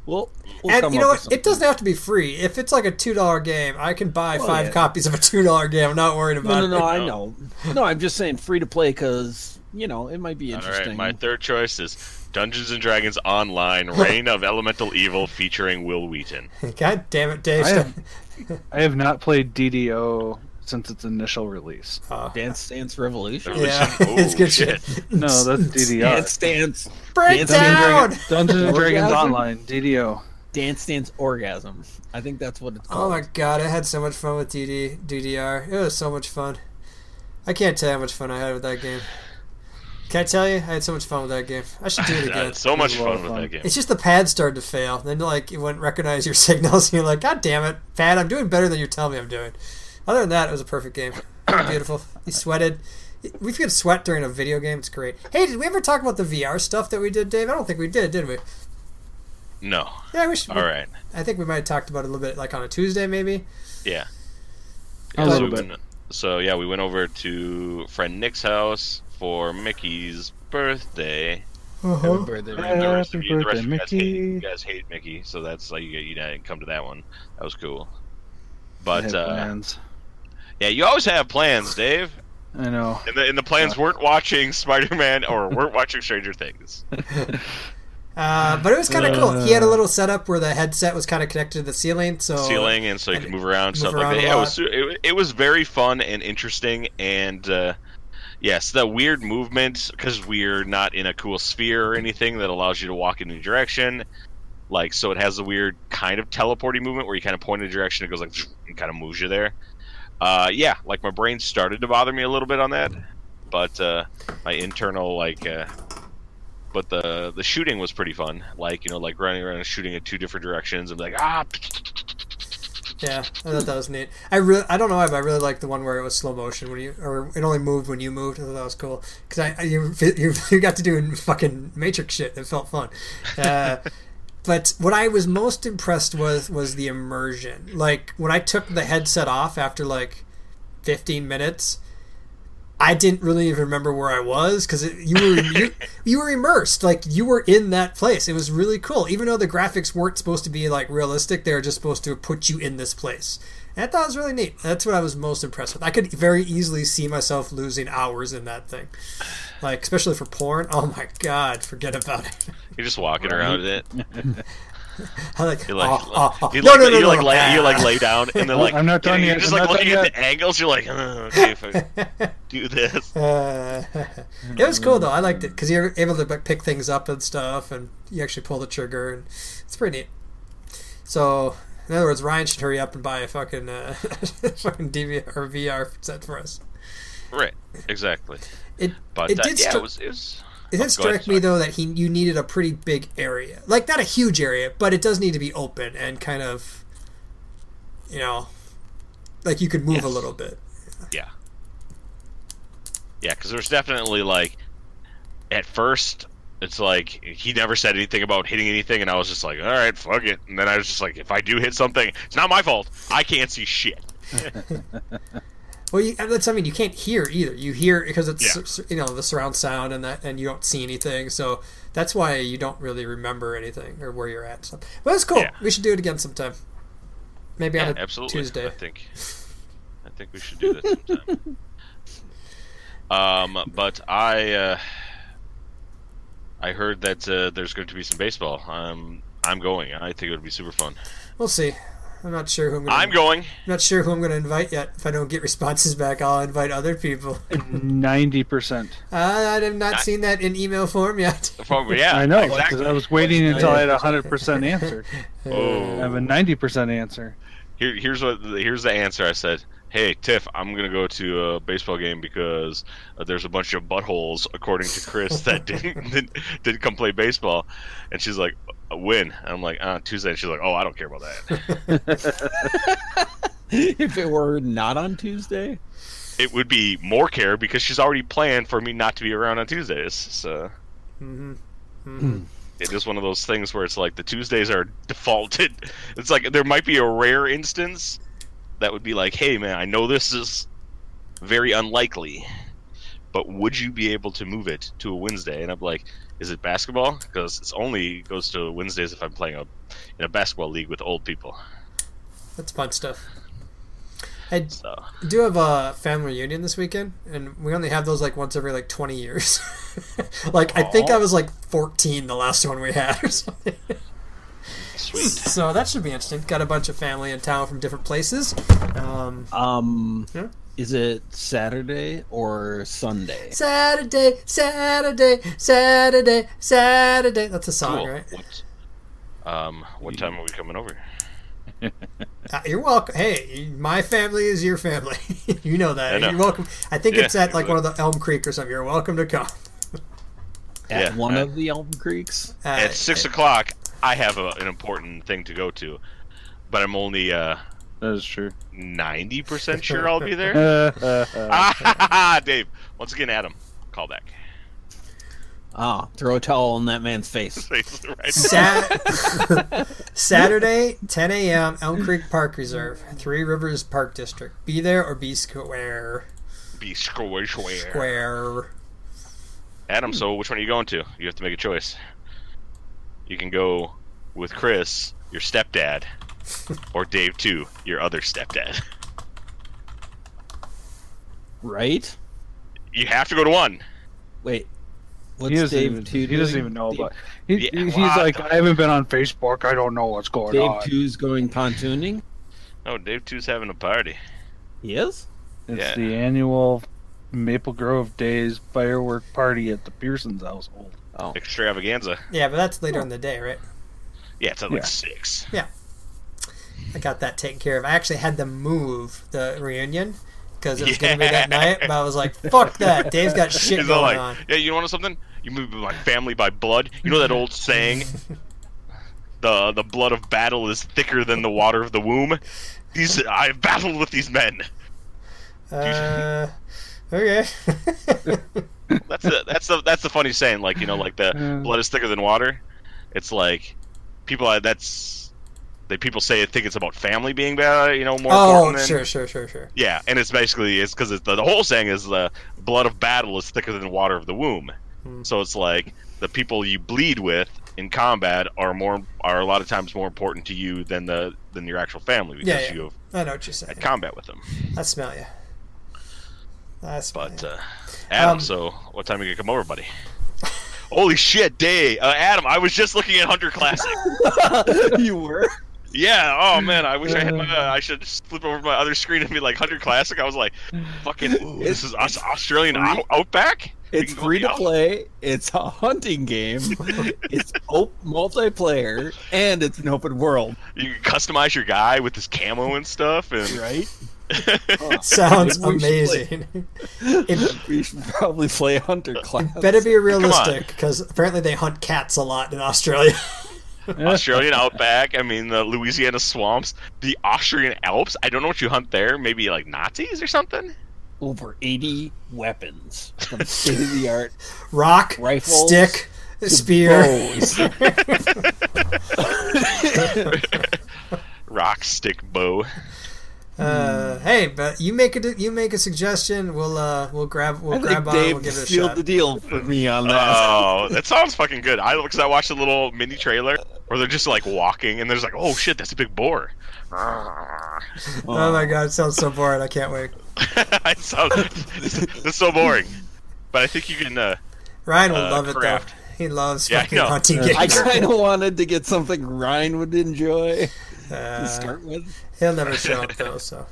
Speaker 5: we'll, we'll
Speaker 2: And
Speaker 5: come
Speaker 2: you know
Speaker 5: up with
Speaker 2: what? It
Speaker 5: something.
Speaker 2: doesn't have to be free. If it's like a two dollar game, I can buy five
Speaker 5: yeah.
Speaker 2: copies of a two dollar game. I'm not worried about
Speaker 5: No, no, no.
Speaker 2: it.
Speaker 5: I know. No, I'm just saying free to play because you know it might be
Speaker 3: All right.
Speaker 5: interesting.
Speaker 3: My third choice is Dungeons and Dragons Online: Reign of Elemental Evil, featuring Will Wheaton.
Speaker 2: God damn it, Dave!
Speaker 4: I have, I have not played DDO since its initial release.
Speaker 2: Uh,
Speaker 5: Dance Dance Revolution.
Speaker 3: Yeah.
Speaker 2: yeah,
Speaker 3: Oh,
Speaker 2: it's good shit.
Speaker 4: No, that's DDR.
Speaker 5: Dance Dance.
Speaker 2: Break
Speaker 5: Dance and
Speaker 2: down.
Speaker 4: Dungeons and Dragons
Speaker 5: Orgasm.
Speaker 4: Online, DDO.
Speaker 5: Dance Dance Orgasm. I think that's what it's
Speaker 2: Oh
Speaker 5: called.
Speaker 2: my god, I had so much fun with DD, DDR. It was so much fun. I can't tell you how much fun I had with that game. Can I tell you? I had so much fun with that game. I should do it
Speaker 3: I
Speaker 2: again.
Speaker 3: had so much
Speaker 4: It was a lot
Speaker 3: fun
Speaker 4: of
Speaker 3: with
Speaker 4: fun.
Speaker 3: that game.
Speaker 2: It's just the pad started to fail. Then like it wouldn't recognize your signals, and you're like, God damn it, pad! I'm doing better than you're telling me I'm doing. Other than that, it was a perfect game. Beautiful. You sweated. We could sweat during a video game. It's great. Hey, did we ever talk about the VR stuff that we did, Dave? I don't think we did, did we?
Speaker 3: No.
Speaker 2: Yeah, we should.
Speaker 3: All right.
Speaker 2: I think we might have talked about it a little bit, like on a Tuesday, maybe.
Speaker 3: Yeah.
Speaker 4: A
Speaker 3: Yeah, so
Speaker 4: little
Speaker 3: we
Speaker 4: bit.
Speaker 3: went- so yeah, we went over to friend Nick's house for Mickey's birthday.
Speaker 4: Oh.
Speaker 5: Happy birthday,
Speaker 3: And
Speaker 5: Randy.
Speaker 3: the rest of
Speaker 4: Happy
Speaker 3: you, the rest
Speaker 4: birthday,
Speaker 3: of you guys hate, you
Speaker 4: Mickey.
Speaker 3: guys hate Mickey, so that's like you, you didn't come to that one. That was cool. But
Speaker 4: Had
Speaker 3: uh,
Speaker 4: plans.
Speaker 3: yeah, you always have plans, Dave.
Speaker 4: I know.
Speaker 3: And the, and the plans weren't watching Spider-Man or weren't watching Stranger Things.
Speaker 2: Uh, but it was kind of cool. He had a little setup where the headset was kind of connected to the ceiling, so
Speaker 3: ceiling and so you
Speaker 2: and
Speaker 3: can move around
Speaker 2: move
Speaker 3: stuff
Speaker 2: around
Speaker 3: like
Speaker 2: a
Speaker 3: that. Yeah, it
Speaker 2: lot.
Speaker 3: was, su- it, wa- it was very fun and interesting and uh, yes, that weird movement because we're not in a cool sphere or anything that allows you to walk in any direction. Like so, it has a weird kind of teleporting movement where you kind of point in a direction, it goes like and kind of moves you there. Uh, yeah, like my brain started to bother me a little bit on that, but uh, my internal like. Uh, but the the shooting was pretty fun. Like you know, like running around and shooting in two different directions and be like ah,
Speaker 2: Yeah, I thought that was neat. I really, I don't know why, but I really liked the one where it was slow motion when you, or it only moved when you moved. I thought that was cool because I, I- you, you, you got to do fucking Matrix shit. It felt fun. Uh, but what I was most impressed with was the immersion. Like when I took the headset off after like 15 minutes. I didn't really even remember where I was because you were you, you were immersed, like you were in that place. It was really cool, even though the graphics weren't supposed to be like realistic. They were just supposed to put you in this place. And I thought it was really neat. That's what I was most impressed with. I could very easily see myself losing hours in that thing, like especially for porn. Oh my god, forget about it.
Speaker 3: You're just walking around in it.
Speaker 2: I like,
Speaker 3: You like,
Speaker 2: oh, oh, oh.
Speaker 3: you
Speaker 2: no,
Speaker 3: like,
Speaker 2: no, no,
Speaker 3: you
Speaker 2: no,
Speaker 3: like,
Speaker 2: no.
Speaker 3: lay, you like lay down, and then like
Speaker 4: I'm not done
Speaker 3: you
Speaker 4: yet,
Speaker 3: You're just
Speaker 4: I'm
Speaker 3: like
Speaker 4: not done
Speaker 3: looking at
Speaker 4: yet.
Speaker 3: the angles. You're like, "Uh, okay, if I do this,
Speaker 2: Uh, it was cool though. I liked it because you're able to like, pick things up and stuff, and you actually pull the trigger, and it's pretty neat. So, in other words, Ryan should hurry up and buy a fucking uh, fucking DVR or VR set for us.
Speaker 3: right? Exactly.
Speaker 2: It
Speaker 3: But
Speaker 2: it
Speaker 3: uh,
Speaker 2: did
Speaker 3: yeah,
Speaker 2: stri-
Speaker 3: it was. It was
Speaker 2: it did
Speaker 3: Oh, go ahead,
Speaker 2: strike me
Speaker 3: sorry.
Speaker 2: though that he you needed a pretty big area, like not a huge area, but it does need to be open and kind of, you know, like you could move
Speaker 3: Yes.
Speaker 2: a little bit.
Speaker 3: Yeah. Yeah, because there's definitely like, at first, it's like he never said anything about hitting anything, and I was just like, all right, fuck it. And then I was just like, if I do hit something, it's not my fault. I can't see shit.
Speaker 2: Well, you, and that's I mean you can't hear either. You hear because it's
Speaker 3: Yeah.
Speaker 2: sur- you know the surround sound and that, and you don't see anything. So that's why you don't really remember anything or where you're at. and stuff. But it's cool.
Speaker 3: Yeah.
Speaker 2: We should do it again sometime. Maybe
Speaker 3: Yeah,
Speaker 2: on a
Speaker 3: absolutely.
Speaker 2: Tuesday.
Speaker 3: I think I think we should do that sometime. um, but I uh, I heard that uh, there's going to be some baseball. I'm I'm going. I think it would be super fun.
Speaker 2: We'll see. I'm not sure who I'm gonna,
Speaker 3: I'm going.
Speaker 2: I'm not sure who I'm going to invite yet. If I don't get responses back, I'll invite other people.
Speaker 4: Ninety percent.
Speaker 2: uh, I've not
Speaker 3: Not-
Speaker 2: seen that in email form yet.
Speaker 3: Probably, yeah,
Speaker 4: I know because
Speaker 3: exactly.
Speaker 4: I was waiting until I had a hundred percent answer. I have
Speaker 3: Oh,
Speaker 4: a ninety percent answer.
Speaker 3: here, here's what here's the answer. I said, "Hey Tiff, I'm gonna go to a baseball game because uh, there's a bunch of buttholes, according to Chris, that didn't, didn't didn't come play baseball." And she's like, "When?" And I'm like, "Uh, Tuesday." And she's like, "Oh, I don't care about that."
Speaker 5: if it were not on Tuesday,
Speaker 3: it would be more care because she's already planned for me not to be around on Tuesdays. So
Speaker 2: hmm
Speaker 3: it is one of those things where it's like the Tuesdays are defaulted. It's like there might be a rare instance that would be like, hey man, I know this is very unlikely, but would you be able to move it to a Wednesday? And I'm like, is it basketball? Because it's only goes to Wednesdays if I'm playing a, in a basketball league with old people.
Speaker 2: That's fun stuff. I
Speaker 3: So
Speaker 2: do have a family reunion this weekend, and we only have those like once every like twenty years. like I think I was like fourteen the last one we had or something.
Speaker 3: Sweet.
Speaker 2: So that should be interesting. Got a bunch of family in town from different places. Um,
Speaker 5: Um,
Speaker 2: Yeah.
Speaker 5: is it Saturday or Sunday?
Speaker 2: Saturday, Saturday, Saturday, Saturday. That's a song,
Speaker 3: Cool.
Speaker 2: right?
Speaker 3: What? Um, what time are we coming over?
Speaker 2: Uh, you're welcome. Hey, my family is your family. you know that.
Speaker 3: I know.
Speaker 2: You're welcome. I think
Speaker 3: Yeah,
Speaker 2: it's at like
Speaker 3: exactly.
Speaker 2: one of the Elm Creek or something. You're welcome to come.
Speaker 5: At
Speaker 3: Yeah,
Speaker 5: one
Speaker 3: I-
Speaker 5: of the Elm Creeks.
Speaker 2: Uh,
Speaker 3: At six o'clock, I have a, an important thing to go to, but I'm only uh
Speaker 4: That is true.
Speaker 3: ninety percent sure I'll be there.
Speaker 4: Uh,
Speaker 3: Ah,
Speaker 4: I
Speaker 3: ha, ha, ha, Dave. Once again, Adam. Call back.
Speaker 5: Ah, throw a towel in that man's face.
Speaker 3: right.
Speaker 2: Sat- Saturday, 10 a.m. Elm Creek Park Reserve, Three Rivers Park District. Be there or be square.
Speaker 3: Be square, square.
Speaker 2: Square.
Speaker 3: Adam, so which one are you going to? You have to make a choice. You can go with Chris, your stepdad, or Dave too, your other stepdad.
Speaker 5: Right?
Speaker 3: You have to go to one.
Speaker 5: Wait. What's
Speaker 4: he doesn't,
Speaker 5: Dave
Speaker 4: even,
Speaker 5: two
Speaker 4: he doesn't
Speaker 5: doing?
Speaker 4: even know
Speaker 5: Dave,
Speaker 4: about. He,
Speaker 3: Yeah,
Speaker 4: he's
Speaker 3: what
Speaker 4: like,
Speaker 3: the-
Speaker 4: I haven't been on Facebook. I don't know what's going
Speaker 5: Dave
Speaker 4: on.
Speaker 5: two's going pontooning.
Speaker 3: Oh, Dave two's having a party.
Speaker 5: He is.
Speaker 4: It's
Speaker 3: Yeah.
Speaker 4: the annual Maple Grove Days firework party at the Pearson's household.
Speaker 5: Oh,
Speaker 3: Extravaganza.
Speaker 2: Yeah, but that's later in the day, right?
Speaker 3: Yeah, it's at like
Speaker 4: Yeah.
Speaker 3: six.
Speaker 2: I got that taken care of. I actually had to move the reunion because it was going to be that night, but I was like, fuck that. Dave's got shit
Speaker 3: He's all
Speaker 2: going
Speaker 3: like,
Speaker 2: on.
Speaker 3: yeah, you want something? You move my family by blood. You know that old saying, the the blood of battle is thicker than the water of the womb. These I've battled with these men.
Speaker 2: Uh, okay.
Speaker 3: That's the that's the that's the funny saying. Like you know, like the
Speaker 2: Mm.
Speaker 4: Yeah.
Speaker 3: blood is thicker than water. It's like people uh, that's they people say think it's about family being bad. You know, more
Speaker 2: oh,
Speaker 3: important than
Speaker 2: sure, sure, sure, sure.
Speaker 3: yeah. And it's basically it's because it's the, the whole saying is the blood of battle is thicker than water of the womb.
Speaker 2: Hmm.
Speaker 3: So it's like the people you bleed with in combat are more are a lot of times more important to you than the than your actual family because
Speaker 2: Yeah, yeah.
Speaker 3: you have
Speaker 2: I know what you're saying.
Speaker 3: had combat with them.
Speaker 2: I smell you. I smell
Speaker 3: But
Speaker 2: ya.
Speaker 3: uh, Adam,
Speaker 2: Um,
Speaker 3: so what time are you gonna come over, buddy? Holy shit, day, uh, Adam! I was just looking at Hunter Classic.
Speaker 5: you were.
Speaker 3: yeah. Oh man, I wish I had. My, uh, I should flip over my other screen and be like Hunter Classic. I was like, fucking, ooh, this is Aus- Australian out- outback. We
Speaker 5: It's
Speaker 3: can go
Speaker 5: free to
Speaker 3: out-
Speaker 5: play. It's a hunting game. it's op- multiplayer, and it's an open world.
Speaker 3: You can customize your guy with his camo and stuff, and
Speaker 5: Right?
Speaker 2: Sounds
Speaker 5: We should play.
Speaker 2: amazing. it
Speaker 5: We should probably play Hunter
Speaker 2: Uh,
Speaker 5: Class.
Speaker 2: better be realistic because apparently they hunt cats a lot in Australia.
Speaker 3: Australian outback. I mean, the Louisiana swamps, the Austrian Alps. I don't know what you hunt there. Maybe like Nazis or something.
Speaker 5: over 80 weapons from state of the art
Speaker 2: Rock,
Speaker 5: Rifles,
Speaker 2: stick, spear.
Speaker 5: bows.
Speaker 3: Rock, stick, bow.
Speaker 2: Uh, hey, but you make a you make a suggestion. We'll uh we'll grab we'll
Speaker 5: I
Speaker 2: grab
Speaker 5: think
Speaker 2: on.
Speaker 5: Dave
Speaker 2: We'll give it a
Speaker 5: sealed
Speaker 2: shot.
Speaker 5: the deal for me on that.
Speaker 3: Oh, that sounds fucking good. I because I watched a little mini trailer where they're just like walking and there's like, oh shit, that's a big boar.
Speaker 2: oh my god, it sounds so boring. I can't wait.
Speaker 3: it sounds, it's so boring. But I think you can. Uh,
Speaker 2: Ryan will
Speaker 3: Uh,
Speaker 2: love it
Speaker 3: craft.
Speaker 2: though. He loves
Speaker 3: Yeah, I
Speaker 2: fucking
Speaker 3: know.
Speaker 2: hunting games.
Speaker 5: I kind of wanted to get something Ryan would enjoy
Speaker 2: Uh,
Speaker 5: to start with.
Speaker 2: he'll never show up though. So.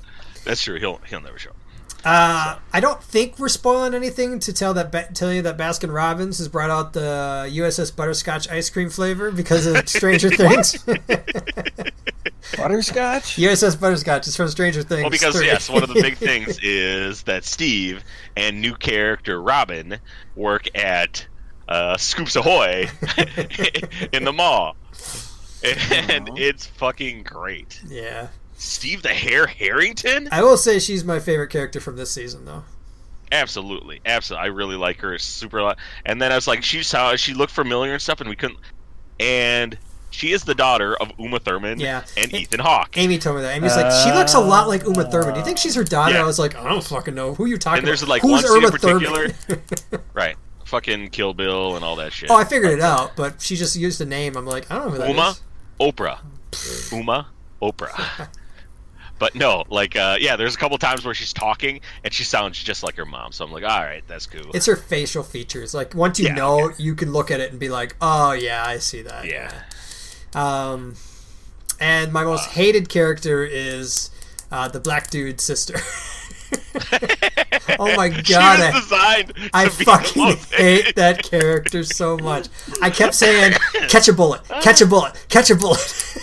Speaker 3: that's true. He'll he'll never show. up.
Speaker 2: Uh, I don't think we're spoiling anything to tell that ba- tell you that Baskin Robbins has brought out the USS Butterscotch ice cream flavor because of Stranger Things.
Speaker 5: Butterscotch?
Speaker 2: USS Butterscotch is from Stranger Things.
Speaker 3: Well, because
Speaker 2: 3.
Speaker 3: yes, one of the big things is that Steve and new character Robin work at uh, Scoops Ahoy in the mall, and it's fucking great.
Speaker 2: yeah,
Speaker 3: Steve the Hare Harrington.
Speaker 2: I will say she's my favorite character from this season though.
Speaker 3: Absolutely, absolutely. I really like her super. Lot. And then I was like, she's how she looked familiar and stuff, and we couldn't. And she is the daughter of Uma Thurman
Speaker 2: Yeah.
Speaker 3: and
Speaker 2: It-
Speaker 3: Ethan Hawke.
Speaker 2: Amy told me that. Amy's like, she looks a lot like Uma Thurman. Do you think she's her daughter?
Speaker 3: Yeah.
Speaker 2: I was like, I don't fucking know who you're talking
Speaker 3: And there's,
Speaker 2: about.
Speaker 3: like,
Speaker 2: Who's
Speaker 3: one scene in
Speaker 2: Uma Thurman?
Speaker 3: right, fucking Kill Bill and all that shit.
Speaker 2: oh, I figured it out, but she just used a name. I'm like, I don't know who that is.
Speaker 3: Uma, Oprah, Uma, Oprah. But no, like, uh, yeah, there's a couple times where she's talking and she sounds just like her mom. So I'm like, all right, that's cool.
Speaker 2: It's her facial features. Like once you
Speaker 3: Yeah,
Speaker 2: know, you can look at it and be like, "Oh yeah, I see that."
Speaker 3: yeah,
Speaker 2: Um, and my most hated character is uh, the black dude's sister. oh my
Speaker 3: She
Speaker 2: god! I-
Speaker 3: was designed. to
Speaker 2: I
Speaker 3: be the
Speaker 2: fucking
Speaker 3: most-
Speaker 2: hate that character so much. I kept saying, "Catch a bullet, catch a bullet, catch a bullet."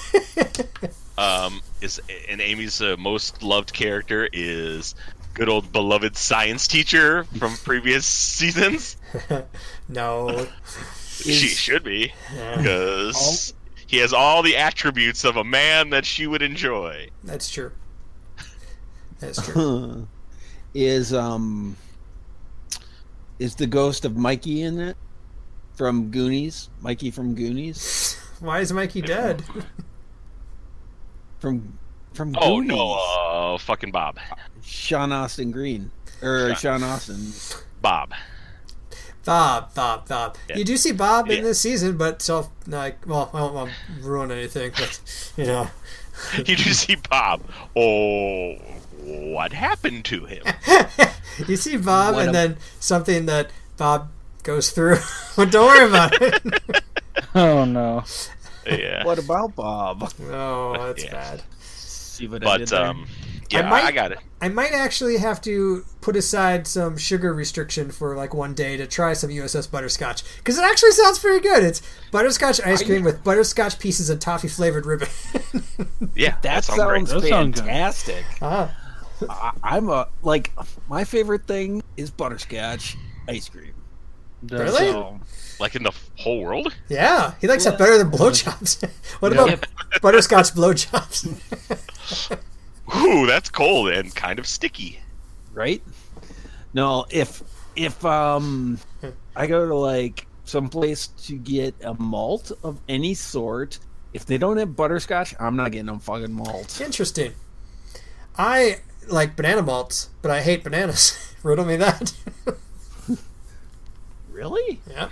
Speaker 3: Um, is and Amy's uh, most loved character is good old beloved science teacher from previous seasons.
Speaker 2: no,
Speaker 3: she should be because he has all the attributes of a man that she would enjoy.
Speaker 2: that's true. That's true.
Speaker 5: is um is the ghost of Mikey in it from Goonies? Mikey from Goonies?
Speaker 2: Why is Mikey dead?
Speaker 5: From from
Speaker 3: Oh
Speaker 5: Goonies.
Speaker 3: no, uh, fucking Bob,
Speaker 5: Sean Austin Green or Sean Austin.
Speaker 3: Bob.
Speaker 2: Bob, Bob, Bob. You do see Bob in
Speaker 3: Yeah.
Speaker 2: this season, but so like, well, I won't, I won't ruin anything, but you know,
Speaker 3: You just see Bob. Oh, what happened to him?
Speaker 2: you see Bob,
Speaker 5: What
Speaker 2: and
Speaker 5: a-
Speaker 2: then something that Bob goes through. but don't worry about it.
Speaker 4: Oh no.
Speaker 3: Yeah,
Speaker 5: What about Bob?
Speaker 2: Oh, that's
Speaker 3: Yeah.
Speaker 2: bad.
Speaker 5: See what
Speaker 3: but um, yeah, I,
Speaker 2: might-
Speaker 3: got it.
Speaker 2: I might actually have to put aside some sugar restriction for like one day to try some USS butterscotch because it actually sounds pretty good. It's butterscotch ice cream with butterscotch pieces and toffee flavored ribbon.
Speaker 3: Yeah, that,
Speaker 5: that
Speaker 3: sounds great.
Speaker 4: That
Speaker 5: sounds
Speaker 4: sounds good.
Speaker 5: fantastic.
Speaker 3: Uh-huh.
Speaker 2: ah,
Speaker 5: I, I'm a like my favorite thing is butterscotch ice cream.
Speaker 4: That's um,
Speaker 2: Really?
Speaker 4: all.
Speaker 3: Like in the f- whole world.
Speaker 2: yeah, he likes that better than blowjobs. what about butterscotch blowjobs?
Speaker 3: Ooh, that's cold and kind of sticky.
Speaker 5: right? No, if if um I go to like someplace to get a malt of any sort, if they don't have butterscotch, I'm not getting them fucking malt.
Speaker 2: Interesting. I like banana malts, but I hate bananas. Riddle me that.
Speaker 5: Really?
Speaker 2: yeah.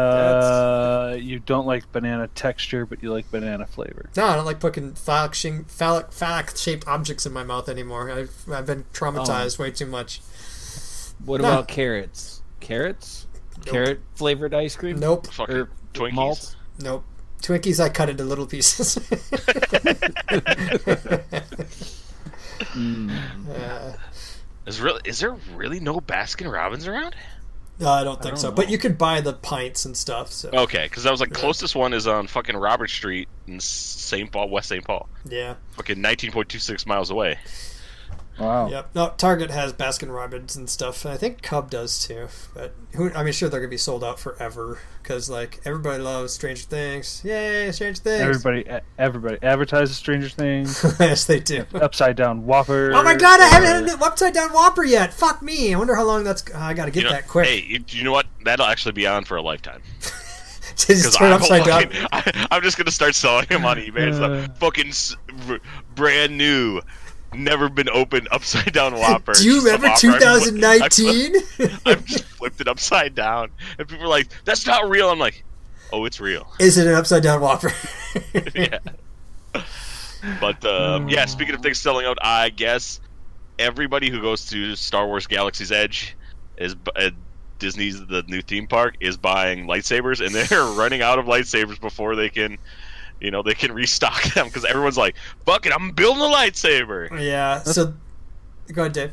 Speaker 4: Uh, you don't like banana texture, but you like banana flavor.
Speaker 2: No, I don't like putting phallic, shing- phallic, phallic shaped objects in my mouth anymore. I've, I've been traumatized way too much.
Speaker 5: What
Speaker 2: No.
Speaker 5: about carrots? Carrots? Carrot flavored ice cream?
Speaker 2: Nope.
Speaker 3: Fucking
Speaker 5: Or
Speaker 3: Twinkies.
Speaker 5: malt?
Speaker 2: Nope. Twinkies, I cut into little pieces. Uh,
Speaker 3: Is really is there really no Baskin Robbins around?
Speaker 2: no, I don't think so.
Speaker 5: know.
Speaker 2: But you could buy the pints and stuff. So
Speaker 3: Okay, because I was like closest one is on fucking Robert Street in St. Paul, West St. Paul,
Speaker 2: yeah,
Speaker 3: fucking nineteen point two six miles away.
Speaker 4: Wow.
Speaker 2: yep. No, Target has Baskin Robbins and stuff, and I think Cub does too. But who? I mean, sure, they're gonna be sold out forever because like everybody loves Stranger Things. Yay, Stranger Things!
Speaker 4: Everybody, e, everybody advertises Stranger Things,
Speaker 2: yes, they do.
Speaker 4: upside down Whopper.
Speaker 2: Oh my god, I haven't
Speaker 4: or-
Speaker 2: had an upside down Whopper yet. Fuck me. I wonder how long that's. I gotta get
Speaker 3: You know,
Speaker 2: that quick.
Speaker 3: Hey, you, you know what? That'll actually be on for a lifetime.
Speaker 2: Just
Speaker 3: Because
Speaker 2: turn
Speaker 3: I'm,
Speaker 2: upside down.
Speaker 3: fucking- I, am just gonna start selling them on eBay. It's
Speaker 4: Uh.
Speaker 3: like fucking s- r- brand new, never been opened upside down Whopper.
Speaker 2: Do you
Speaker 3: It's just a
Speaker 2: remember
Speaker 3: Whopper. I flipped- I flipped-
Speaker 2: 2019?
Speaker 3: I've just flipped it upside down, and people are like, "That's not real." I'm like, "Oh, it's real."
Speaker 2: Is it an upside down Whopper?
Speaker 3: yeah. But um, yeah, speaking of things selling out, I guess everybody who goes to Star Wars Galaxy's Edge is bu- uh, Disney's the new theme park is buying lightsabers, and they're running out of lightsabers before they can, you know, they can restock them because everyone's like, "Fuck it, I'm building a lightsaber."
Speaker 2: yeah. So, go ahead, Dave.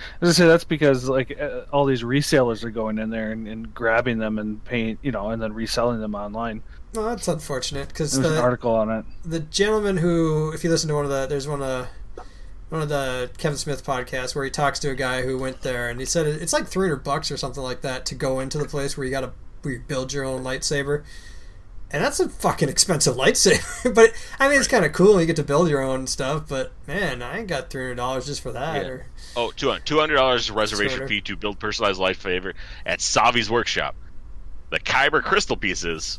Speaker 4: I was gonna say that's because like uh, all these resellers are going in there and, and grabbing them and paying, you know, and then reselling them online.
Speaker 2: No, that's unfortunate because
Speaker 4: There's an
Speaker 2: the,
Speaker 4: article on it.
Speaker 2: the gentleman who, if you listen to one of the, there's one of the, one of the Kevin Smith podcasts where he talks to a guy who went there and he said it- it's like 300 bucks or something like that to go into the place where you got to where you build your own lightsaber. And that's a fucking expensive lightsaber, but I mean it's kind of cool. You get to build your own stuff, but man, I ain't got three hundred dollars just for that.
Speaker 5: Yeah.
Speaker 2: Or,
Speaker 3: Oh, two hundred two hundred dollars reservation
Speaker 2: Sorta.
Speaker 3: fee to build personalized lightsaber at Savi's workshop. The Kyber crystal pieces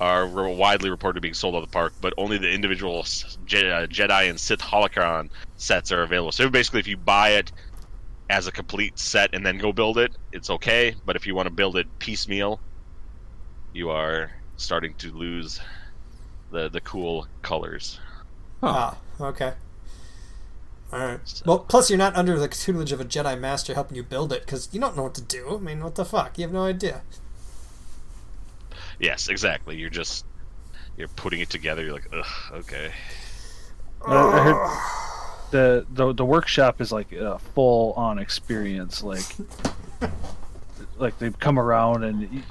Speaker 3: are re- widely reported being sold at the park, but only the individual s- Je- uh, Jedi and Sith holocron sets are available. So basically, if you buy it as a complete set and then go build it, it's okay. But if you want to build it piecemeal, you are starting to lose the the cool colors.
Speaker 2: Ah, okay. All right. Well, plus you're not under the tutelage of a Jedi Master helping you build it because you don't know what to do. I mean, what the fuck? You have no idea.
Speaker 3: Yes, exactly. You're just you're putting it together. You're like, ugh, okay.
Speaker 4: Uh, I heard the, the the workshop is like a full on experience. Like, like they come around and y-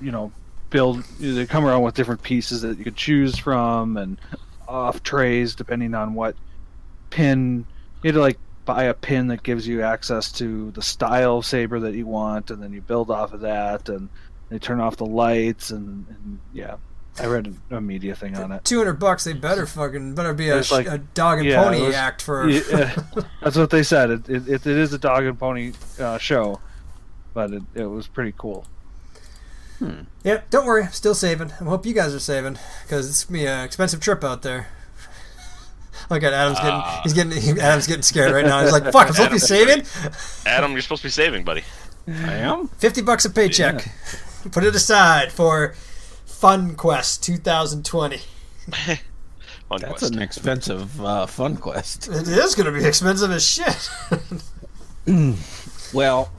Speaker 4: you know build. They come around with different pieces that you could choose from and off trays depending on what pin you had to like buy a pin that gives you access to the style of saber that you want and then you build off of that and they turn off the lights and, and yeah i read a media thing on it
Speaker 2: Two hundred bucks. They better fucking better be a,
Speaker 4: There's, like-
Speaker 2: a dog and
Speaker 4: yeah,
Speaker 2: pony
Speaker 4: it was-
Speaker 2: act for.
Speaker 4: Yeah, that's what they said. It, it, it is a dog and pony uh, show, but it, it was pretty cool.
Speaker 2: Yep. Don't worry. I'm still saving. I hope you guys are saving because it's gonna be an expensive trip out there. Oh god, Adam's getting
Speaker 4: Ah.
Speaker 2: he's getting Adam's getting scared right now. He's like, "Fuck, I'm supposed to be saving
Speaker 3: Adam, you're supposed to be saving, buddy.
Speaker 5: I am.
Speaker 2: fifty bucks a paycheck. Put it aside for Fun Quest 2020."
Speaker 3: On
Speaker 5: That's
Speaker 3: quest.
Speaker 5: an expensive uh, fun quest.
Speaker 2: It is going to be expensive as shit.
Speaker 5: Well,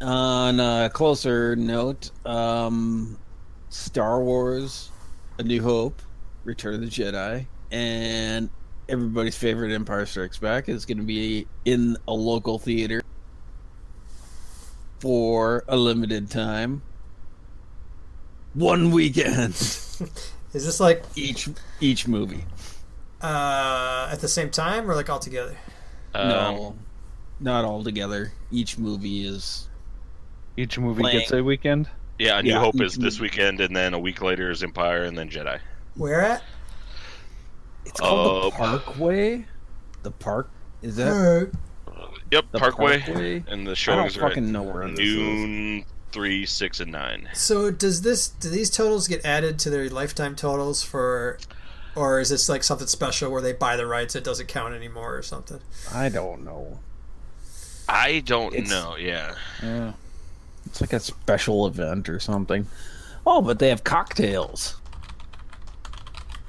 Speaker 5: on a closer note, um, Star Wars, A New Hope, Return of the Jedi, and everybody's favorite Empire Strikes Back is going to be in a local theater for a limited time. One weekend
Speaker 2: is this like
Speaker 5: each each movie.
Speaker 2: uh, at the same time or like all together?
Speaker 3: Um,
Speaker 5: no, not all together. Each movie is
Speaker 4: Each movie
Speaker 5: Playing.
Speaker 4: gets a weekend.
Speaker 3: Yeah, A New
Speaker 5: Yeah.
Speaker 3: Hope is this weekend, and then a week later is Empire, and then Jedi.
Speaker 2: Where at?
Speaker 5: it's
Speaker 3: Uh,
Speaker 5: called the Parkway. The park is that
Speaker 2: Uh,
Speaker 3: Yep,
Speaker 5: The
Speaker 3: Parkway,
Speaker 5: Parkway?
Speaker 3: and the
Speaker 5: I don't
Speaker 3: showings are at
Speaker 5: fucking know where this is.
Speaker 3: noon, three, six, and nine.
Speaker 2: so does this? Do these totals get added to their lifetime totals for, or is this like something special where they buy the rights? It doesn't count anymore or something.
Speaker 5: I don't know.
Speaker 3: I don't
Speaker 5: It's-
Speaker 3: know. Yeah,
Speaker 4: Yeah.
Speaker 5: It's like a special event or something. Oh, but they have cocktails.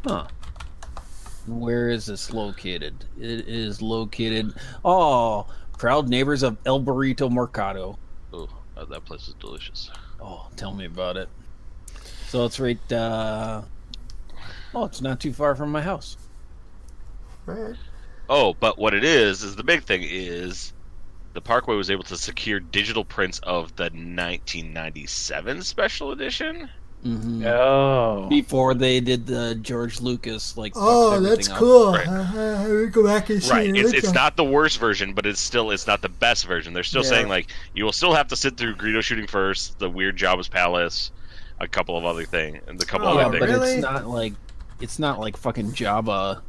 Speaker 5: Huh. Where is this located? It is located. Oh, proud neighbors of El Burrito Mercado.
Speaker 3: Ooh, oh, that place is delicious.
Speaker 5: Oh, tell me about it. So it's right. Uh, oh, it's not too far from my house.
Speaker 2: Right.
Speaker 3: Oh, but what it is is the big thing is the Parkway was able to secure digital prints of the 1997 special edition.
Speaker 5: Mm-hmm.
Speaker 2: Mm.
Speaker 4: Oh.
Speaker 5: Before they did the George Lucas like. fucked
Speaker 2: Oh, that's
Speaker 5: everything up.
Speaker 2: cool.
Speaker 3: Right.
Speaker 2: Uh, we go back and see.
Speaker 3: Right.
Speaker 2: it.
Speaker 3: It's,
Speaker 2: Look
Speaker 3: it's
Speaker 2: at-
Speaker 3: not the worst version, but it's still it's not the best version. They're still
Speaker 2: Yeah.
Speaker 3: saying like you will still have to sit through Greedo shooting first, the weird Jabba's palace, a couple of other thing, and a couple
Speaker 2: Oh,
Speaker 3: of
Speaker 5: yeah,
Speaker 3: other
Speaker 5: but
Speaker 3: things.
Speaker 2: Really?
Speaker 5: it's not like it's not like fucking Jabba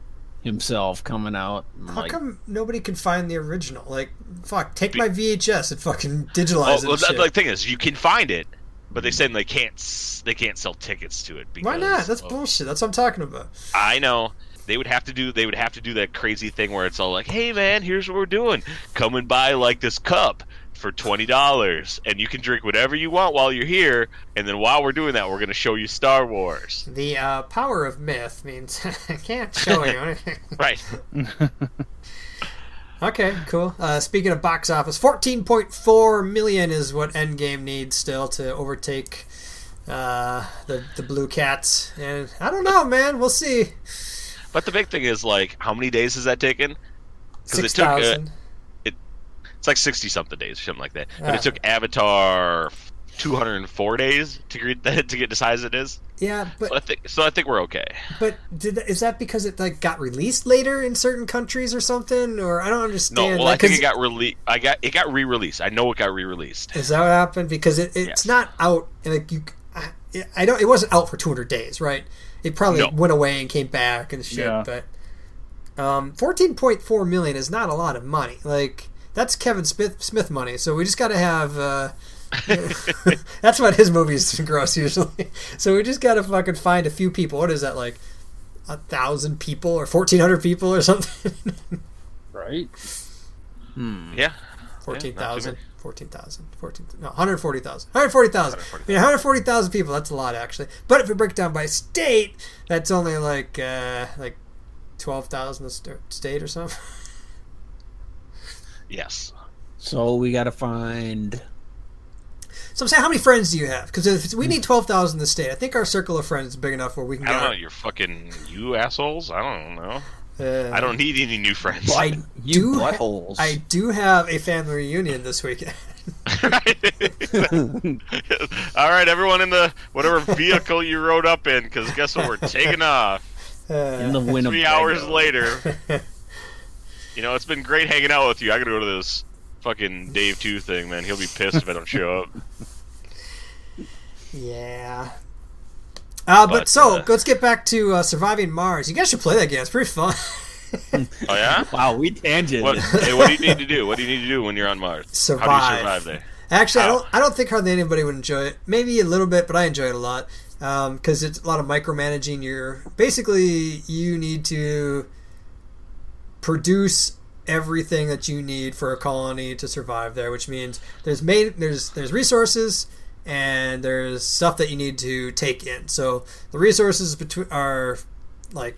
Speaker 5: himself coming out. And
Speaker 2: How
Speaker 5: like,
Speaker 2: come nobody can find the original? Like, fuck, take my VHS and fucking digitalize it.
Speaker 3: Oh, well,
Speaker 2: and
Speaker 3: that,
Speaker 2: shit. Mm-hmm.
Speaker 3: the thing is, you can find it, but they said they can't s- they can't sell tickets to it. Because
Speaker 2: Why not? That's
Speaker 3: of-
Speaker 2: bullshit. That's what I'm talking about.
Speaker 3: I know. They would have to do they would have to do that crazy thing where it's all like, "Hey man, here's what we're doing. Come and buy like this cup for $20 and you can drink whatever you want while you're here, and then while we're doing that, we're going to show you Star Wars."
Speaker 2: The uh, power of myth means I can't show you anything.
Speaker 3: Right.
Speaker 2: Okay, cool. Uh, speaking of box office, fourteen point four million is what Endgame needs still to overtake uh, the the Blue Cats, and I don't know, man. We'll see.
Speaker 3: But the big thing is like how many days has that taken? Because it
Speaker 2: Six
Speaker 3: took uh,
Speaker 2: thousand.
Speaker 3: it's like 60 something days or something like that. But
Speaker 2: Ah.
Speaker 3: it took Avatar 204 days to get that to get the size it is.
Speaker 2: Yeah,
Speaker 3: So I
Speaker 2: but
Speaker 3: think so I think we're okay.
Speaker 2: but did that, is that because it like got released later in certain countries or something? Or I don't
Speaker 3: No,
Speaker 2: understand.
Speaker 3: well I
Speaker 2: like,
Speaker 3: think
Speaker 2: 'cause-
Speaker 3: it got rele- I got it got re-released. I know it got re-released.
Speaker 2: Is that what happened? Because it, it's
Speaker 3: Yes.
Speaker 2: not out. and, Like you, I, I don't. It wasn't out for 200 days, right? It probably
Speaker 3: No.
Speaker 2: went away and came back and shit.
Speaker 4: Yeah.
Speaker 2: But um, 14.4 million is not a lot of money. Like that's Kevin Smith Smith money. So we just got to have. Uh, that's what his movies gross usually. So we just got to fucking find a few people. What is that like? A thousand people or 1,400 people or something.
Speaker 5: right?
Speaker 3: Yeah.
Speaker 2: 14,000. 14,000. 14, no, 140,000. 140,000. Yeah, 140,000 people. That's a lot, actually. But if we break it down by state, that's only like uh, like 12,000 a st- state or something.
Speaker 3: Yes.
Speaker 5: So we got to find
Speaker 2: So I'm saying, how many friends do you have? Because if it's- we need twelve thousand in the state, I think our circle of friends is big enough where we can.
Speaker 3: I don't know.
Speaker 2: get
Speaker 3: You're fucking you assholes. I don't know.
Speaker 2: our- uh,
Speaker 3: I don't need any new friends.
Speaker 2: I
Speaker 5: You
Speaker 2: do. ha-
Speaker 5: buttholes.
Speaker 2: I do have a family reunion this weekend.
Speaker 3: All right, everyone in the whatever vehicle you rode up in, because guess what? We're taking off
Speaker 5: in
Speaker 2: Uh,
Speaker 5: the Winnebago.
Speaker 3: three hours later. You know, it's been great hanging out with you. I gotta go to this fucking Dave Two thing, man. He'll be pissed if I don't show up.
Speaker 2: yeah. Uh, but,
Speaker 3: But,
Speaker 2: so
Speaker 3: uh,
Speaker 2: let's get back to uh, surviving Mars. You guys should play that game. It's pretty fun.
Speaker 3: Oh yeah?
Speaker 5: Wow, we tangent.
Speaker 3: What? hey, what do you need to do? What do you need to do when you're on Mars? How do you survive there?
Speaker 2: Actually, I
Speaker 3: Ow.
Speaker 2: don't. I don't think hardly anybody would enjoy it. Maybe a little bit, but I enjoy it a lot because it's a lot of micromanaging. Your basically you need to produce everything that you need for a colony to survive there, which means there's made there's there's resources and there's stuff that you need to take in. So the resources between are like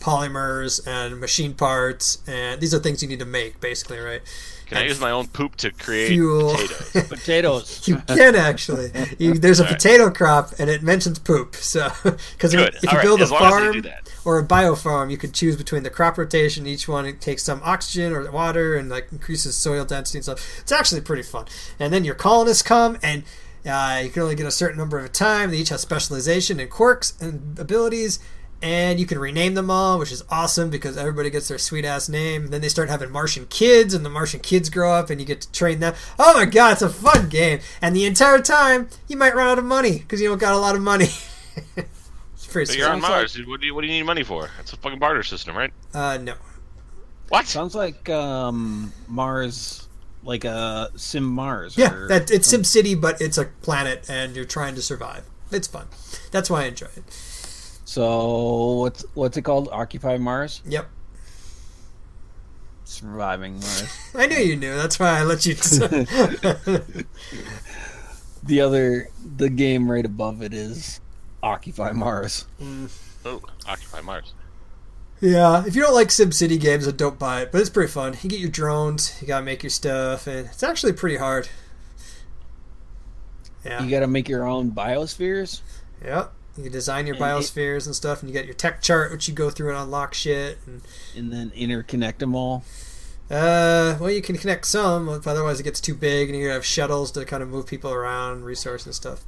Speaker 2: polymers and machine parts and these are things you need to make basically right
Speaker 3: Can I use my own poop to create
Speaker 2: Fuel.
Speaker 3: potatoes?
Speaker 5: Potatoes.
Speaker 2: You can actually. You, there's a potato crop, and it mentions poop. So, because
Speaker 3: Good.
Speaker 2: if you
Speaker 3: All right,
Speaker 2: build a
Speaker 3: as long as they
Speaker 2: farm
Speaker 3: do that.
Speaker 2: or a biofarm, you could choose between the crop rotation. Each one it takes some oxygen or water, and like increases soil density and stuff. It's actually pretty fun. And then your colonists come, and uh, you can only get a certain number at a time. They each have specialization and quirks and abilities. And you can rename them all, which is awesome because everybody gets their sweet ass name. Then they start having Martian kids, and the Martian kids grow up, and you get to train them. Oh my god, it's a fun game! And the entire time, you might run out of money because you don't got a lot of money. it's pretty
Speaker 3: But you're on
Speaker 2: sweet.
Speaker 5: Sounds like-
Speaker 3: Mars. dude. What do you What do you need money for? It's a fucking barter system, right?
Speaker 2: Uh, no,
Speaker 3: What?
Speaker 5: Sounds like um, Mars, like a Sim Mars.
Speaker 2: Yeah,
Speaker 5: or-
Speaker 2: that it's Sim City, but it's a planet, and you're trying to survive. It's fun. That's why I enjoy it.
Speaker 5: So what's what's it called? Occupy Mars.
Speaker 2: Yep,
Speaker 5: Surviving Mars.
Speaker 2: I knew you knew. That's why I let you.
Speaker 5: the other, the game right above it is Occupy Mars.
Speaker 3: Oh, occupy Mars.
Speaker 2: yeah, if you don't like Sim City games, then don't buy it. But it's pretty fun. You get your drones. You gotta make your stuff, and it's actually pretty hard. Yeah.
Speaker 5: You got to make your own biospheres.
Speaker 2: yep. You can design your
Speaker 5: And it-
Speaker 2: biospheres and stuff, and you got your tech chart, which you go through and unlock shit. And
Speaker 5: and then interconnect them all.
Speaker 2: uh, well, you can connect some, but otherwise it gets too big, and you have shuttles to kind of move people around, resource and stuff.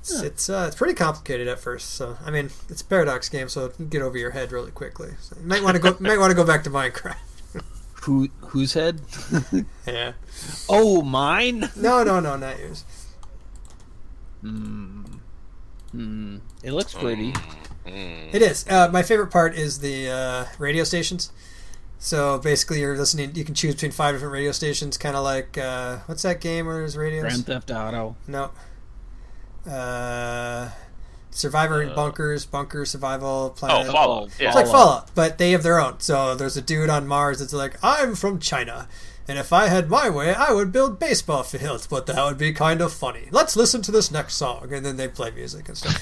Speaker 2: It's it's, uh, it's pretty complicated at first. So I mean, it's a paradox game, so it can get over your head really quickly. So you might want to go. might want to go back to Minecraft.
Speaker 5: Who whose head?
Speaker 2: Yeah.
Speaker 5: oh, mine.
Speaker 2: No, no, no, not yours.
Speaker 5: Hmm. It looks pretty.
Speaker 2: It is. Uh, my favorite part is the uh, radio stations. So basically, you're listening. You can choose between five different radio stations, kind of like uh, what's that game where there's radios?
Speaker 5: Grand Theft Auto.
Speaker 2: No. Uh, Survivor in bunkers, bunker survival planet.
Speaker 3: Uh. Oh, Fallout. Yeah.
Speaker 2: It's like Fallout, but they have their own. So there's a dude on Mars that's like, I'm from China, and if I had my way, I would build baseball fields, but that would be kind of funny. Let's listen to this next song, and then they play music and stuff.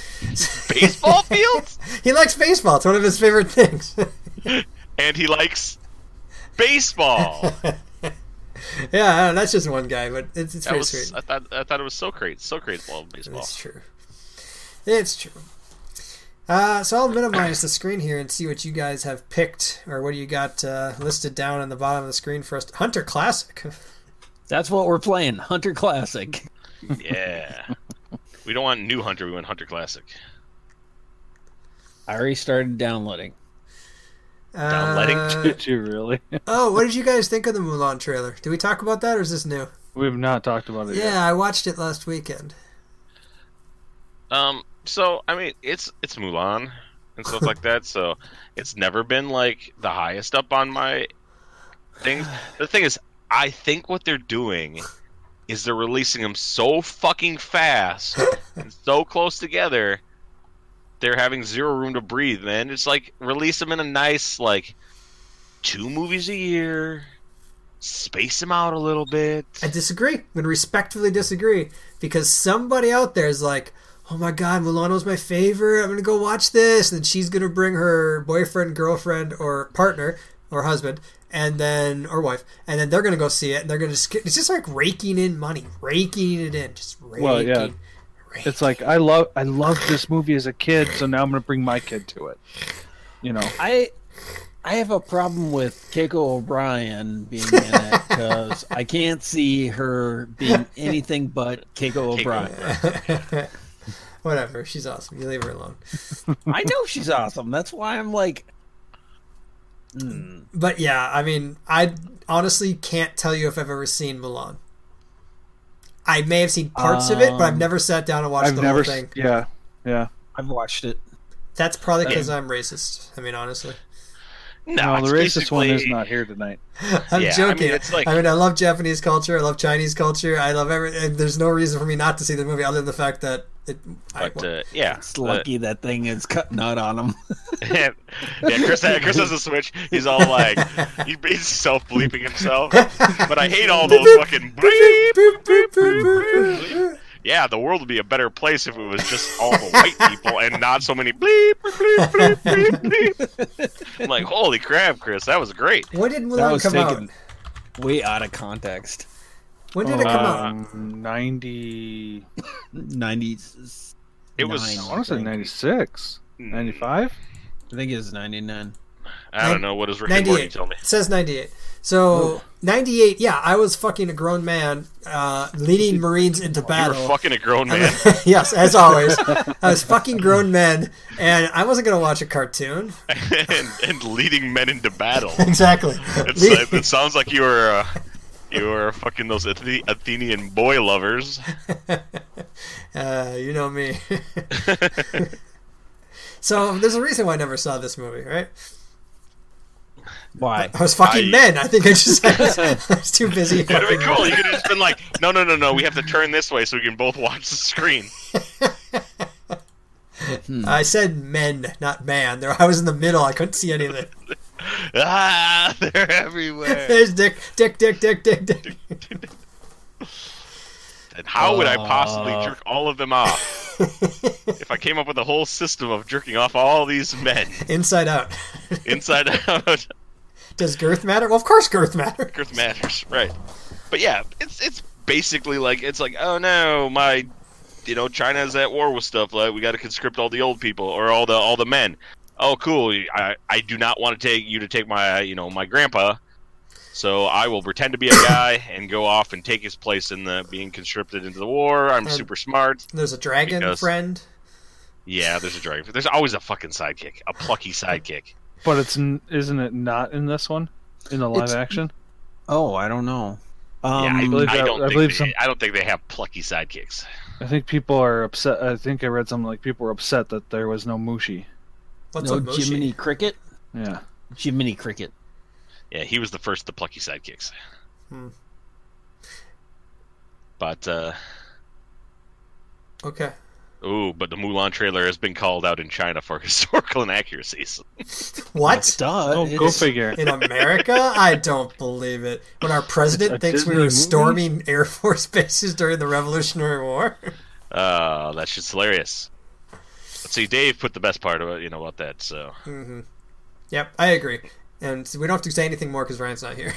Speaker 3: Baseball fields.
Speaker 2: he likes baseball; it's one of his favorite things.
Speaker 3: and he likes baseball.
Speaker 2: yeah, I don't know, that's just one guy, but it's, it's
Speaker 3: That
Speaker 2: pretty
Speaker 3: was,
Speaker 2: sweet.
Speaker 3: I thought I thought it was Socrates. Socrates loved baseball.
Speaker 2: It's true. It's true. Uh, so I'll minimize the screen here and see what you guys have picked or what you got uh, listed down on the bottom of the screen for us. Hunter Classic.
Speaker 5: That's what we're playing. Hunter Classic.
Speaker 3: Yeah. we don't want new Hunter. We want Hunter Classic.
Speaker 5: I already started downloading.
Speaker 2: Uh,
Speaker 3: letting-
Speaker 4: Did you really?
Speaker 2: oh, what did you guys think of the Mulan trailer? Did we talk about that or is this new?
Speaker 4: We've not talked about it yet.
Speaker 2: Yeah, I watched it last weekend.
Speaker 3: Um. So I mean, it's it's Mulan and stuff like that. So it's never been like the highest up on my things. The thing is, I think what they're doing is they're releasing them so fucking fast and so close together. They're having zero room to breathe, man. It's like release them in a nice like two movies a year, space them out a little bit.
Speaker 2: I disagree. I'm going to respectfully disagree because somebody out there is like, oh my God, Mulan was my favorite. I'm going to go watch this. And she's going to bring her boyfriend, girlfriend, or partner or husband, and then or wife, and then they're gonna go see it, and they're gonna just get, it's just like raking in money, raking it in, just raking.
Speaker 4: Well, yeah.
Speaker 2: raking.
Speaker 4: It's like I love I loved this movie as a kid, so now I'm gonna bring my kid to it. You know,
Speaker 5: I I have a problem with Keiko O'Brien being in it because I can't see her being anything but Keiko O'Brien.
Speaker 2: whatever. She's awesome. You leave her alone.
Speaker 5: I know she's awesome. That's why I'm like,
Speaker 2: But yeah, I mean, I honestly can't tell you if I've ever seen Mulan. I may have seen parts of it, but I've
Speaker 5: Um,
Speaker 2: never sat down and watched
Speaker 4: I've
Speaker 2: the
Speaker 4: never.
Speaker 2: whole
Speaker 4: s-
Speaker 2: thing.
Speaker 4: Yeah, yeah.
Speaker 5: I've watched it.
Speaker 2: That's probably because I'm racist. I mean, honestly,
Speaker 4: No,
Speaker 3: it's
Speaker 4: the racist one is
Speaker 3: basically-
Speaker 4: not here tonight.
Speaker 2: I'm
Speaker 3: Yeah, I
Speaker 2: joking. I
Speaker 3: mean,
Speaker 2: mean,
Speaker 3: it's like-
Speaker 2: I love Japanese culture. I love Chinese culture. I love every. and There's no reason for me not to see the movie other than the fact that it. I,
Speaker 3: But uh, yeah,
Speaker 5: It's
Speaker 3: the-
Speaker 5: lucky that thing is cutting out on him.
Speaker 3: yeah, Chris, Chris has a switch. He's all like, he- he's self bleeping himself. But I hate all those fucking bleep.
Speaker 2: Boop, boop, boop, boop, boop.
Speaker 3: Yeah, the world would be a better place if it was just all the white people and not so many bleep, bleep, bleep, bleep, bleep. I'm like, holy crap, Chris, that was great.
Speaker 2: when did
Speaker 5: That
Speaker 2: Mulan
Speaker 5: was
Speaker 2: come
Speaker 5: taken Oh,
Speaker 2: out?
Speaker 5: way out of context.
Speaker 2: When did it come
Speaker 5: uh,
Speaker 2: out?
Speaker 4: Um, Ninety.
Speaker 5: 90s.
Speaker 3: It was-
Speaker 4: I want to say ninety six.
Speaker 3: Hmm.
Speaker 4: Ninety five.
Speaker 5: I think it was 99.
Speaker 3: I don't know what does Rick and Morty
Speaker 2: 98.
Speaker 3: tell me.
Speaker 2: It says 98. So, 98, yeah, I was fucking a grown man uh, leading Marines into
Speaker 3: You were
Speaker 2: battle.
Speaker 3: fucking a grown man.
Speaker 2: yes, as always. I was fucking grown men, and I wasn't going to watch a cartoon.
Speaker 3: and, and leading men into battle.
Speaker 2: Exactly.
Speaker 3: It's,
Speaker 2: Le-
Speaker 3: it, it sounds like you were uh, you were fucking those Athe- Athenian boy lovers.
Speaker 2: uh, you know me. so, there's a reason why I never saw this movie, right?
Speaker 5: Why?
Speaker 2: I was fucking
Speaker 3: I-
Speaker 2: men. I think I just I was, I was too busy.
Speaker 3: That'd be cool. You could have just been like, no, no, no, no. We have to turn this way so we can both watch the screen.
Speaker 2: I said men, not man. There, I was in the middle. I couldn't see anything.
Speaker 3: Ah, they're everywhere.
Speaker 2: There's dick, dick, dick, dick, dick, dick.
Speaker 3: And how would I possibly jerk all of them off if I came up with a whole system of jerking off all these men
Speaker 2: Inside out.
Speaker 3: inside out?
Speaker 2: Does girth matter? Well, of course girth matters.
Speaker 3: Earth matters, right? But yeah, it's it's basically like it's like oh no, my, you know, China's at war with stuff. Like we got to conscript all the old people or all the all the men. Oh cool, I I do not want to take you to take my you know my grandpa, so I will pretend to be a guy and go off and take his place in the being conscripted into the war. I'm
Speaker 2: And-
Speaker 3: super smart.
Speaker 2: There's a dragon
Speaker 3: Because-
Speaker 2: friend.
Speaker 3: Yeah, there's a dragon. There's always a fucking sidekick, a plucky sidekick.
Speaker 4: But it's n- isn't it not in this one? In the live
Speaker 5: It's-
Speaker 4: action,
Speaker 5: Oh, I don't know. Um,
Speaker 3: yeah, I,
Speaker 4: believe
Speaker 3: I
Speaker 4: that-
Speaker 3: don't
Speaker 4: I
Speaker 3: think
Speaker 4: believe
Speaker 3: they,
Speaker 4: some-
Speaker 3: I don't think they have plucky sidekicks.
Speaker 4: I think people are upset. I think I read something like people were upset that there was no Mushi.
Speaker 2: What's
Speaker 5: no
Speaker 2: a moshi?
Speaker 5: Jiminy Cricket?
Speaker 4: Yeah,
Speaker 5: Jiminy Cricket.
Speaker 3: Yeah, he was the first of the plucky sidekicks.
Speaker 2: Hmm.
Speaker 3: But uh
Speaker 2: Okay.
Speaker 3: ooh, but the Mulan trailer has been called out in China for historical inaccuracies.
Speaker 2: What?
Speaker 5: Duh.
Speaker 4: oh, go
Speaker 5: it's-
Speaker 4: figure.
Speaker 2: In America? I don't believe it. When our president
Speaker 4: a
Speaker 2: thinks we
Speaker 4: Disney
Speaker 2: were
Speaker 4: movie?
Speaker 2: storming Air Force bases during the Revolutionary War.
Speaker 3: Uh that's just hilarious. Let's see, Dave put the best part about you know about that, so
Speaker 2: Yep, I agree. And we don't have to say anything more because Ryan's not here.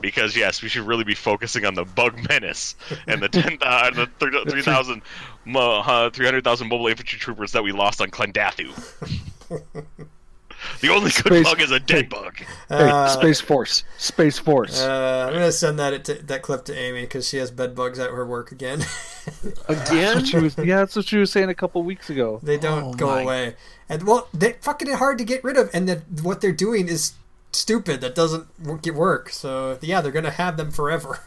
Speaker 3: because yes, we should really be focusing on the bug menace and the ten uh, the thir- three thousand mo- uh, three hundred thousand mobile infantry troopers that we lost on Clendathu. the only good
Speaker 4: Space-
Speaker 3: bug is a dead bug.
Speaker 4: Hey, Space Force, Space Force.
Speaker 2: Uh, I'm gonna send that to, that clip to Amy because she has bed bugs at her work again.
Speaker 5: Again?
Speaker 4: she was, yeah, that's what she was saying a couple weeks ago.
Speaker 2: they don't
Speaker 5: Oh
Speaker 2: go
Speaker 5: my-
Speaker 2: away, and well, they're fucking hard to get rid of. And that what they're doing is stupid. That doesn't wo- get work. So yeah, they're gonna have them forever.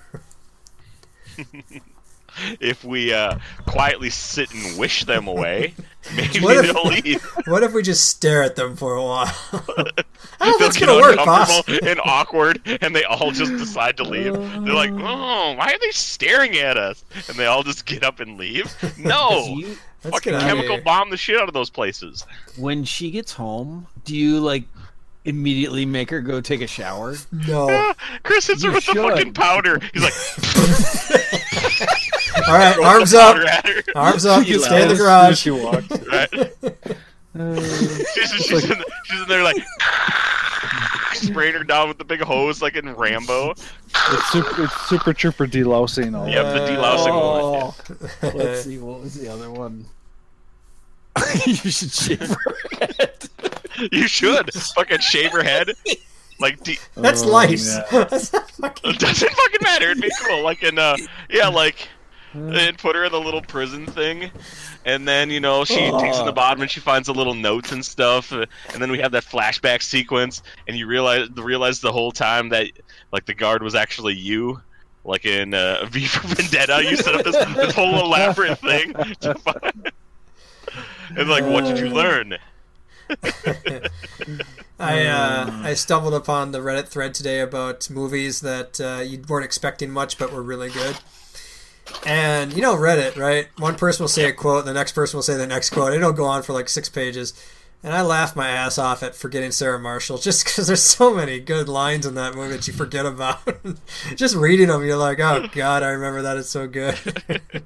Speaker 3: if we uh, quietly sit and wish them away, maybe
Speaker 2: What if-
Speaker 3: they'll leave.
Speaker 2: What if we just stare at them for a while? I don't know if Oh,
Speaker 3: They'll
Speaker 2: that's
Speaker 3: get
Speaker 2: gonna work, boss.
Speaker 3: uncomfortable and awkward, and they all just decide to leave. They're like, "Oh, why are they staring at us?" And they all just get up and leave. No,
Speaker 5: You-
Speaker 2: Let's
Speaker 3: fucking
Speaker 2: get out of
Speaker 3: chemical
Speaker 2: here.
Speaker 3: bomb the shit out of those places.
Speaker 5: when she gets home, do you like immediately make her go take a shower?
Speaker 2: No.
Speaker 3: Ah, Chris hits her with the
Speaker 4: should.
Speaker 3: fucking powder. He's like,
Speaker 2: All right,
Speaker 3: "Throw the
Speaker 2: arms up,
Speaker 3: powder at her."
Speaker 2: arms up. Stay in the garage.
Speaker 4: She walked.
Speaker 3: Right. She's, she's, in, she's in there like spraying her down with the big hose like in Rambo.
Speaker 4: It's super, it's super trooper delousing all
Speaker 3: Yep,
Speaker 4: that.
Speaker 3: the
Speaker 2: Uh,
Speaker 3: delousing one.
Speaker 5: Oh, let's see. What was the other one? you should shave her head.
Speaker 3: You should fucking shave her head. Like de-
Speaker 2: That's
Speaker 4: Oh,
Speaker 2: lice.
Speaker 4: yeah.
Speaker 2: That's not fucking.
Speaker 3: it doesn't fucking matter. It'd be cool. Like in uh, yeah, like and put her in the little prison thing, and then you know she digs in the bottom and she finds the little notes and stuff, uh, and then we have that flashback sequence, and you realize realize the whole time that like the guard was actually you. Like in uh, V for Vendetta, you set up this, this whole elaborate thing. To find... and like, what did you learn?
Speaker 2: I uh, I stumbled upon the Reddit thread today about movies that uh, you weren't expecting much but were really good. And you know Reddit, right? One person will say a quote, the next person will say the next quote. It'll go on for like six pages, and I laugh my ass off at forgetting Sarah Marshall just because there's so many good lines in that movie that you forget about. just reading them, you're like, oh god, I remember that. It's so good.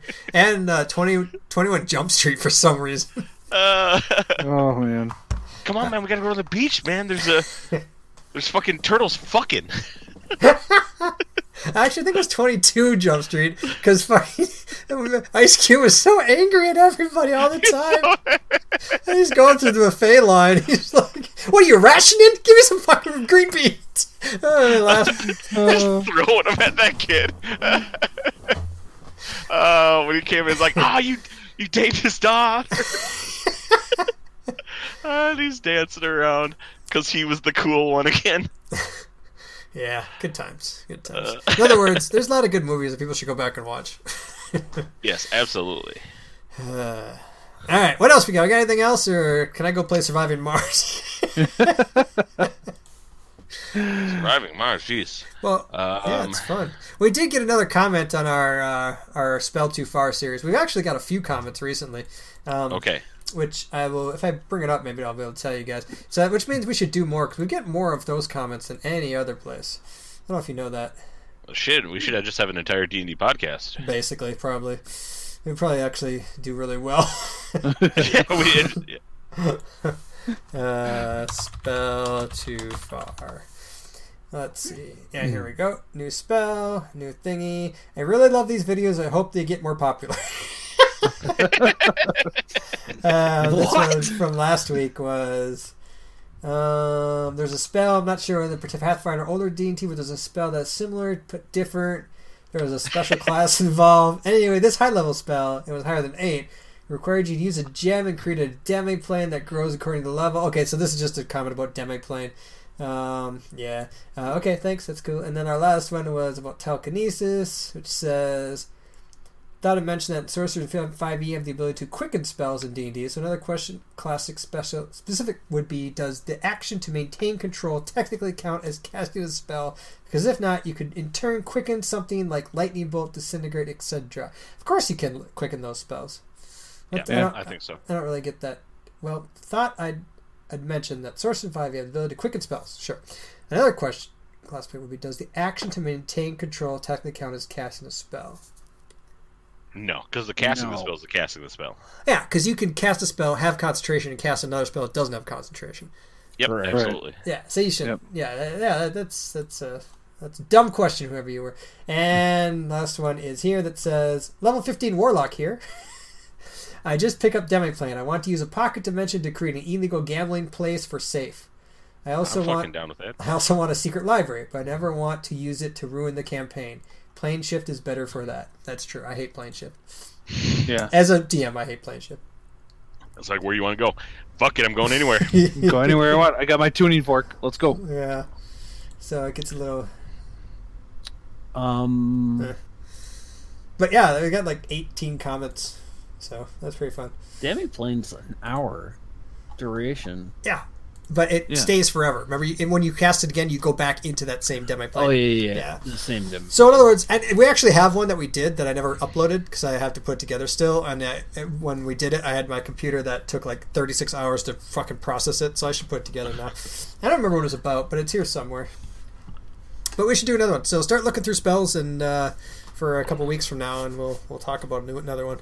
Speaker 2: and uh, 20, 21 Jump Street for some reason.
Speaker 3: Uh,
Speaker 4: Oh man,
Speaker 3: Come on, man, we gotta go to the beach, man. There's a there's fucking turtles fucking.
Speaker 2: I actually think it was 22 Jump Street because fucking Ice Cube was so angry at everybody all the time. And he's going through the buffet line. He's like, "What are you rationing? Give me some fucking green beans." Oh, they laugh.
Speaker 4: Uh,
Speaker 3: Throwing them at that kid. uh, when he came in, he's like, ah, you you dated his daughter. and he's dancing around because he was the cool one again.
Speaker 2: yeah, good times. Good times. In other words, there's a lot of good movies that people should go back and watch.
Speaker 3: Yes, absolutely.
Speaker 2: All right, what else we got? We got anything else, or can I go play Surviving Mars?
Speaker 3: Driving Mars, jeez. Um,
Speaker 2: Well,
Speaker 3: Uh,
Speaker 2: yeah, it's fun. We did get another comment on our uh, our Spell Too Far series. We've actually got a few comments recently. Um,
Speaker 3: Okay.
Speaker 2: Which I will, if I bring it up, maybe I'll be able to tell you guys. So, that- which means we should do more because we get more of those comments than any other place. I don't know if you know that.
Speaker 3: Shit, we should have just have an entire D and D podcast.
Speaker 2: Basically, probably we probably actually do really well.
Speaker 3: yeah, we,
Speaker 2: uh, spell too far. Let's see. Yeah, here we go. New spell, new thingy. I really love these videos. I hope they get more popular. uh, this one from last week was um, there's a spell. I'm not sure whether it's Pathfinder or older D&T, but there's a spell that's similar but different. There was a special class involved. Anyway, this high level spell, it was higher than 8, required you to use a gem and create a demi plane that grows according to the level. Okay, so this is just a comment about demi plane. Um, yeah. Uh, okay, thanks. That's cool. And then our last one was about telekinesis, which says. Thought I mentioned that sorcerers in 5e E have the ability to quicken spells in D&D. So another question, classic special specific would be: Does the action to maintain control technically count as casting a spell? Because if not, you could in turn quicken something like lightning bolt, disintegrate, etc. Of course, you can quicken those spells.
Speaker 3: yeah,
Speaker 2: I don't-
Speaker 3: I think so.
Speaker 2: I don't really get that. Well, thought I'd I'd mention that Source in 5 you have the ability to quicken spells. Sure. Another question last point would be does the action to maintain control technically count as casting a spell?
Speaker 3: No, because the casting of
Speaker 4: No.
Speaker 3: the spell is the casting of the spell.
Speaker 2: Yeah, because you can cast a spell, have concentration, and cast another spell that doesn't have concentration.
Speaker 3: Yep,
Speaker 5: Right.
Speaker 3: absolutely.
Speaker 2: Yeah, so you should.
Speaker 4: Yep.
Speaker 2: Yeah, that- yeah, that- that's that's a that's a dumb question, whoever you were. And last one is here that says level fifteen warlock here. I just pick up Demiplane. I want to use a pocket dimension to create an illegal gambling place for safe. I also
Speaker 3: I'm fucking
Speaker 2: want
Speaker 3: down with that.
Speaker 2: I also want a secret library, but I never want to use it to ruin the campaign. Plane shift is better for that. That's true. I hate plane shift.
Speaker 4: yeah,
Speaker 2: As a DM, I hate plane shift.
Speaker 3: It's like, where you want to go? Fuck it, I'm going anywhere.
Speaker 4: go anywhere I want. I got my tuning fork. Let's go.
Speaker 2: Yeah. So it gets a little
Speaker 5: Um,
Speaker 2: But yeah, we got like 18 comments, so that's pretty fun.
Speaker 5: Demi plane's an hour duration.
Speaker 2: Yeah, but it
Speaker 5: Yeah.
Speaker 2: stays forever. Remember, you, and when you cast it again, you go back into that same demi plane.
Speaker 5: Oh yeah, yeah,
Speaker 2: Yeah.
Speaker 5: the same Demi.
Speaker 2: So in other words, and we actually have one that we did that I never uploaded because I have to put it together still. And I, when we did it, I had my computer that took like 36 hours to fucking process it. So I should put it together now. I don't remember what it was about, but it's here somewhere. But we should do another one. So start looking through spells and uh, for a couple weeks from now, and we'll we'll talk about a new- another one.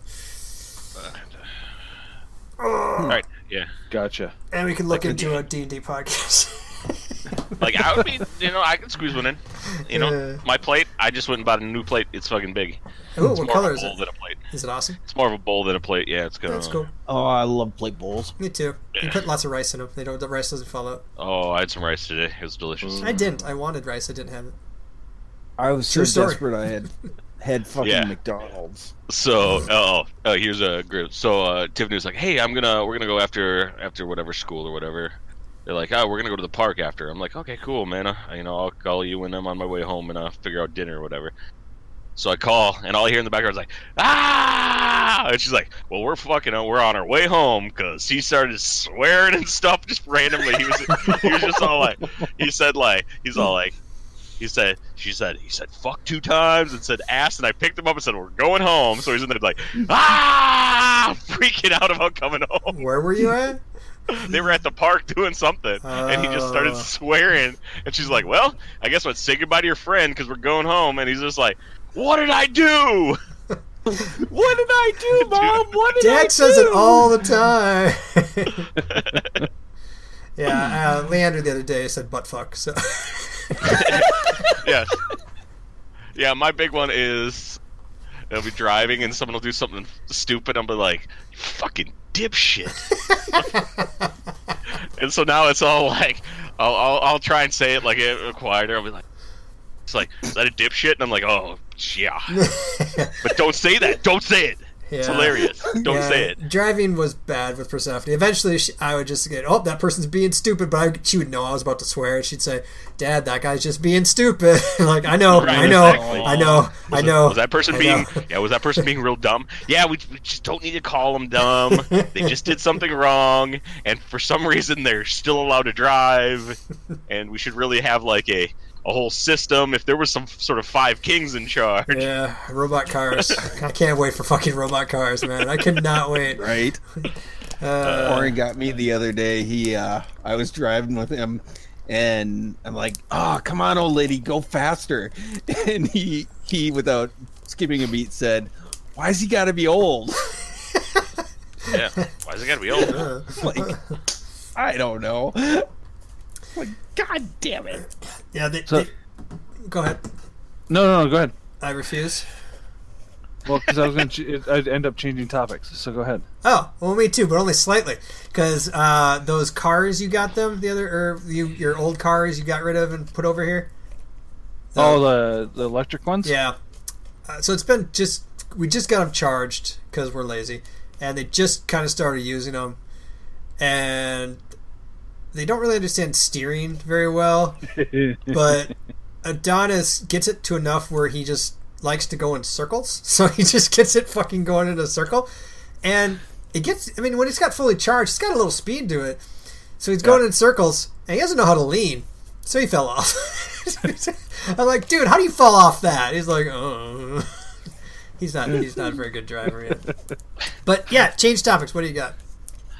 Speaker 3: All right, yeah.
Speaker 4: Gotcha.
Speaker 2: and we can look into a D and D podcast.
Speaker 3: Like I would be, you know, I can squeeze one in. You know,
Speaker 2: Yeah.
Speaker 3: my plate. I just went and bought a new plate. It's fucking big.
Speaker 2: Ooh,
Speaker 3: It's
Speaker 2: what
Speaker 3: more
Speaker 2: color
Speaker 3: of a
Speaker 2: is
Speaker 3: bowl
Speaker 2: it?
Speaker 3: than a plate.
Speaker 2: Is it awesome?
Speaker 3: It's more of a bowl than a plate. Yeah, it's good.
Speaker 2: That's cool.
Speaker 5: Oh, I love plate bowls.
Speaker 2: Me too. You put lots of rice in them. They don't. The rice doesn't fall out.
Speaker 3: Oh, I had some rice today. It was delicious.
Speaker 2: I didn't. I wanted rice. I didn't have it.
Speaker 5: I was
Speaker 2: True
Speaker 5: so
Speaker 2: story.
Speaker 5: desperate I had had fucking
Speaker 3: Yeah.
Speaker 5: McDonald's.
Speaker 3: So, oh, oh, here's a group. So, uh, Tiffany was like, "Hey, I'm gonna, we're gonna go after, after whatever school or whatever." They're like, "Oh, we're gonna go to the park after." I'm like, "Okay, cool, man. Uh, you know, I'll call you when I'm on my way home and uh, figure out dinner or whatever." So I call, and all I hear in the background is like, "Ah!" And she's like, "Well, we're fucking, uh, we're on our way home because he started swearing and stuff just randomly. He was, he was just all like, he said like, he's all like." He said, she said, he said, fuck two times and said ass. And I picked him up and said, we're going home. So he's in there like, ah, freaking out about coming home.
Speaker 2: Where were you at?
Speaker 3: They were at the park doing something. And he just started
Speaker 2: Oh.
Speaker 3: swearing. And she's like, well, I guess what? Say goodbye to your friend because we're going home. And he's just like, what did I do?
Speaker 5: What did I do, Mom? What did I
Speaker 2: Dad says
Speaker 5: do?
Speaker 2: it all the time. yeah, uh, Leander the other day said butt fuck. So
Speaker 3: yes. Yeah, my big one is they'll be driving and someone will do something stupid. I'll be like, "You fucking dipshit. and so now it's all like, I'll, I'll, I'll try and say it like it quieter. I'll be like, it's like, is that a dipshit? And I'm like, oh, yeah. but don't say that. Don't say it. It's
Speaker 2: Yeah.
Speaker 3: hilarious. Don't
Speaker 2: Yeah,
Speaker 3: say it.
Speaker 2: Driving was bad with Persephone. Eventually, she, I would just get, oh, that person's being stupid. But I, she would know I was about to swear, and she'd say, "Dad, that guy's just being stupid." like I know,
Speaker 3: Right,
Speaker 2: I know,
Speaker 3: exactly.
Speaker 2: I know, I
Speaker 3: Was it-
Speaker 2: know.
Speaker 3: was that person
Speaker 2: I
Speaker 3: being?
Speaker 2: know.
Speaker 3: Yeah, was that person being real dumb? Yeah, we, we just don't need to call them dumb. they just did something wrong, and for some reason they're still allowed to drive. And we should really have like a a whole system. If there was some sort of five kings in charge,
Speaker 2: Yeah, robot cars. I can't wait for fucking robot cars, man. I cannot wait.
Speaker 5: Right?
Speaker 2: Uh,
Speaker 5: Warren got me the other day. He, uh, I was driving with him, and I'm like, "Oh, come on, old lady, go faster!" And he, he, without skipping a beat, said, "Why's he got to be old?"
Speaker 3: yeah. Why is it gotta be old?
Speaker 2: uh,
Speaker 5: like, I don't know. Like, God damn it!
Speaker 2: yeah. They,
Speaker 4: So-
Speaker 2: they- go ahead.
Speaker 4: No, no, no go ahead.
Speaker 2: I refuse.
Speaker 4: Well, because I was going to, I'd end up changing topics. So go ahead.
Speaker 2: Oh, well, me too, but only slightly, because uh, those cars you got them the other, or you, your old cars you got rid of and put over here.
Speaker 4: Oh, the the electric ones.
Speaker 2: Yeah. Uh, so it's been just we just got them charged because we're lazy, and they just kind of started using them, and they don't really understand steering very well. but Adonis gets it to enough where he just likes to go in circles, so he just gets it fucking going in a circle, and it gets. I mean, when it's got fully charged, it's got a little speed to it, so he's going in circles, and he doesn't know how to lean. So he fell off. I'm like, dude, how do you fall off that? He's like, oh. He's not. He's not a very good driver yet. But yeah, change topics. What do you got?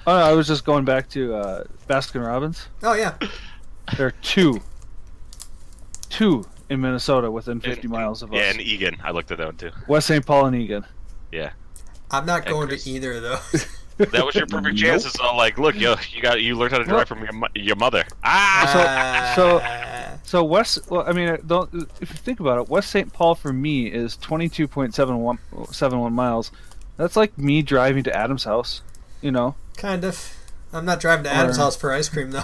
Speaker 4: Oh, no, I was just going back to uh, Baskin Robbins.
Speaker 2: Oh yeah,
Speaker 4: There are two, two in Minnesota within 50
Speaker 3: And-
Speaker 4: miles of us.
Speaker 3: Yeah, and Egan. I looked at that one too.
Speaker 4: West St. Paul and Egan.
Speaker 3: Yeah.
Speaker 2: I'm not going
Speaker 3: Chris.
Speaker 2: to either of those.
Speaker 3: That was your perfect chance. It's all like, look, yo, you got, you learned how to drive from your, mo- your mother. Ah,
Speaker 4: So, so,
Speaker 2: Uh,
Speaker 4: so West. Well, I mean, I don't, if you think about it, West St. Paul for me is 22.71 71 miles. That's like me driving to Adam's house. You know,
Speaker 2: kind of. I'm not driving to Adam's
Speaker 4: Or-
Speaker 2: house for ice cream though.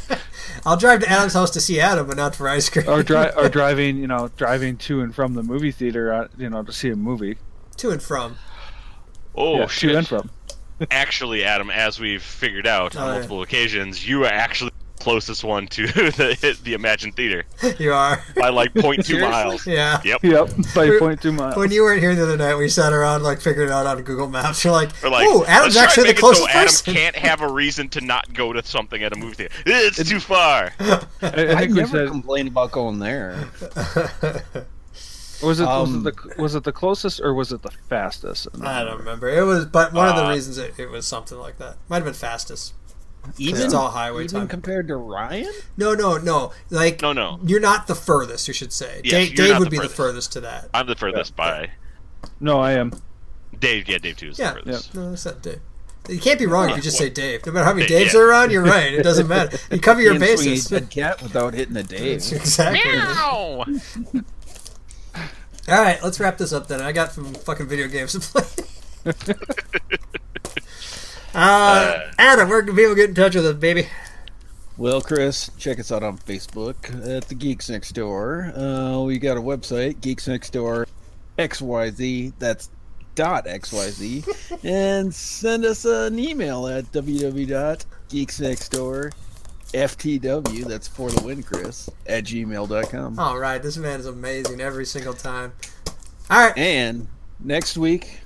Speaker 2: I'll drive to Adam's house to see Adam, but not for ice cream.
Speaker 4: or dri- or driving. You know, driving to and from the movie theater. Uh, you know, to see a movie.
Speaker 2: to and from.
Speaker 3: oh
Speaker 4: Yeah,
Speaker 3: shit.
Speaker 4: to and from.
Speaker 3: actually, Adam, as we've figured out on
Speaker 2: Oh, yeah.
Speaker 3: multiple occasions, you are actually the closest one to the, the Imagine Theater
Speaker 2: You are.
Speaker 3: by like 0.2 miles.
Speaker 2: Yeah.
Speaker 3: Yep.
Speaker 4: Yep, by 0.2 miles.
Speaker 2: When you weren't here the other night, we sat around like figuring it out on Google Maps. You're like,
Speaker 3: Or like,
Speaker 2: "Ooh, Adam's
Speaker 3: let's try
Speaker 2: actually the
Speaker 3: and make it
Speaker 2: closest
Speaker 3: so Adam
Speaker 2: person."
Speaker 3: can't have a reason to not go to something at a movie theater. It's too far.
Speaker 4: I, I
Speaker 5: I,
Speaker 4: think we
Speaker 5: never
Speaker 4: said
Speaker 5: complained about going there.
Speaker 4: was it
Speaker 5: Um,
Speaker 4: was it the was it the closest or was it the fastest?
Speaker 2: I don't remember. It was, but one of the
Speaker 3: Uh,
Speaker 2: reasons it, it was something like that. Might have been fastest.
Speaker 5: Even
Speaker 2: It's all highway
Speaker 5: even
Speaker 2: time.
Speaker 5: compared to Ryan.
Speaker 2: No, no, no. Like,
Speaker 3: No, no.
Speaker 2: You're not the furthest. You should say.
Speaker 3: Yes,
Speaker 2: Dave,
Speaker 3: you're
Speaker 2: Dave
Speaker 3: not
Speaker 2: would
Speaker 3: the
Speaker 2: be
Speaker 3: furthest.
Speaker 2: the furthest to that.
Speaker 3: I'm the furthest by
Speaker 4: No, I am.
Speaker 3: Dave. Yeah, Dave too is
Speaker 2: Yeah,
Speaker 3: the furthest.
Speaker 2: No, that's not Dave. You can't be wrong if you just say Dave. No matter how many
Speaker 3: Yeah.
Speaker 2: Daves are around, you're right. It doesn't matter. You cover your
Speaker 5: Can't swing
Speaker 2: bases.
Speaker 5: a dead cat without hitting a Dave.
Speaker 2: Exactly.
Speaker 3: Meow.
Speaker 2: All right, let's wrap this up then. I got some fucking video games to play. uh, Adam, where can people get in touch with us, baby?
Speaker 5: Well, Chris, check us out on Facebook at the Geeks Next Door. Uh, we got a website, Geeks Next Door XYZ. That's dot XYZ. and send us an email at www.geeksnextdoor. FTW, that's for the win, Chris, at gmail.com.
Speaker 2: All right, this man is amazing every single time. All right,
Speaker 5: And next week,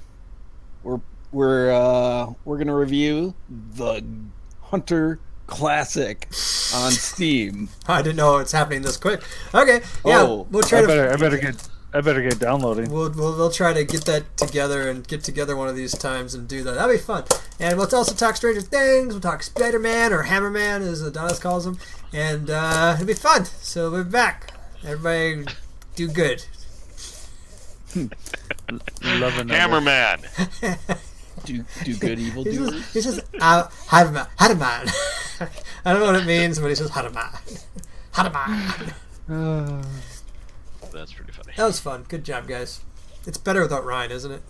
Speaker 5: we're we're uh, we're gonna review the Hunter Classic on Steam.
Speaker 2: Oh, I didn't know it's happening this quick. Okay, yeah,
Speaker 5: Oh,
Speaker 2: we'll try
Speaker 4: I
Speaker 2: to
Speaker 4: better, I better get, I better get downloading.
Speaker 2: We'll, we'll, we'll try to get that together and get together one of these times and do that. That'll be fun. And we'll also talk Stranger Things. We'll talk Spider Man or Hammerman, as Adonis calls him. And uh, it'll be fun. So we're back. Everybody do good.
Speaker 4: Love another.
Speaker 3: Hammerman.
Speaker 5: Do do good evil
Speaker 2: He
Speaker 5: do.
Speaker 2: says, he says uh, Hadama. Hadama. I don't know what it means, but he says Hadama. Hadama.
Speaker 3: That's pretty funny.
Speaker 2: That was fun. Good job, guys. It's better without Ryan, isn't it?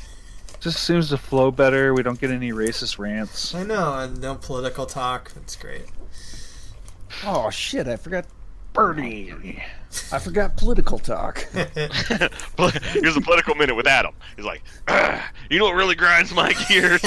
Speaker 4: Just seems to flow better. We don't get any racist rants.
Speaker 2: I know. And no political talk. It's great.
Speaker 5: Oh shit! I forgot.
Speaker 4: Birdie.
Speaker 5: I forgot political talk.
Speaker 3: Here's a political minute with Adam. He's like, "Ugh, you know what really grinds my gears?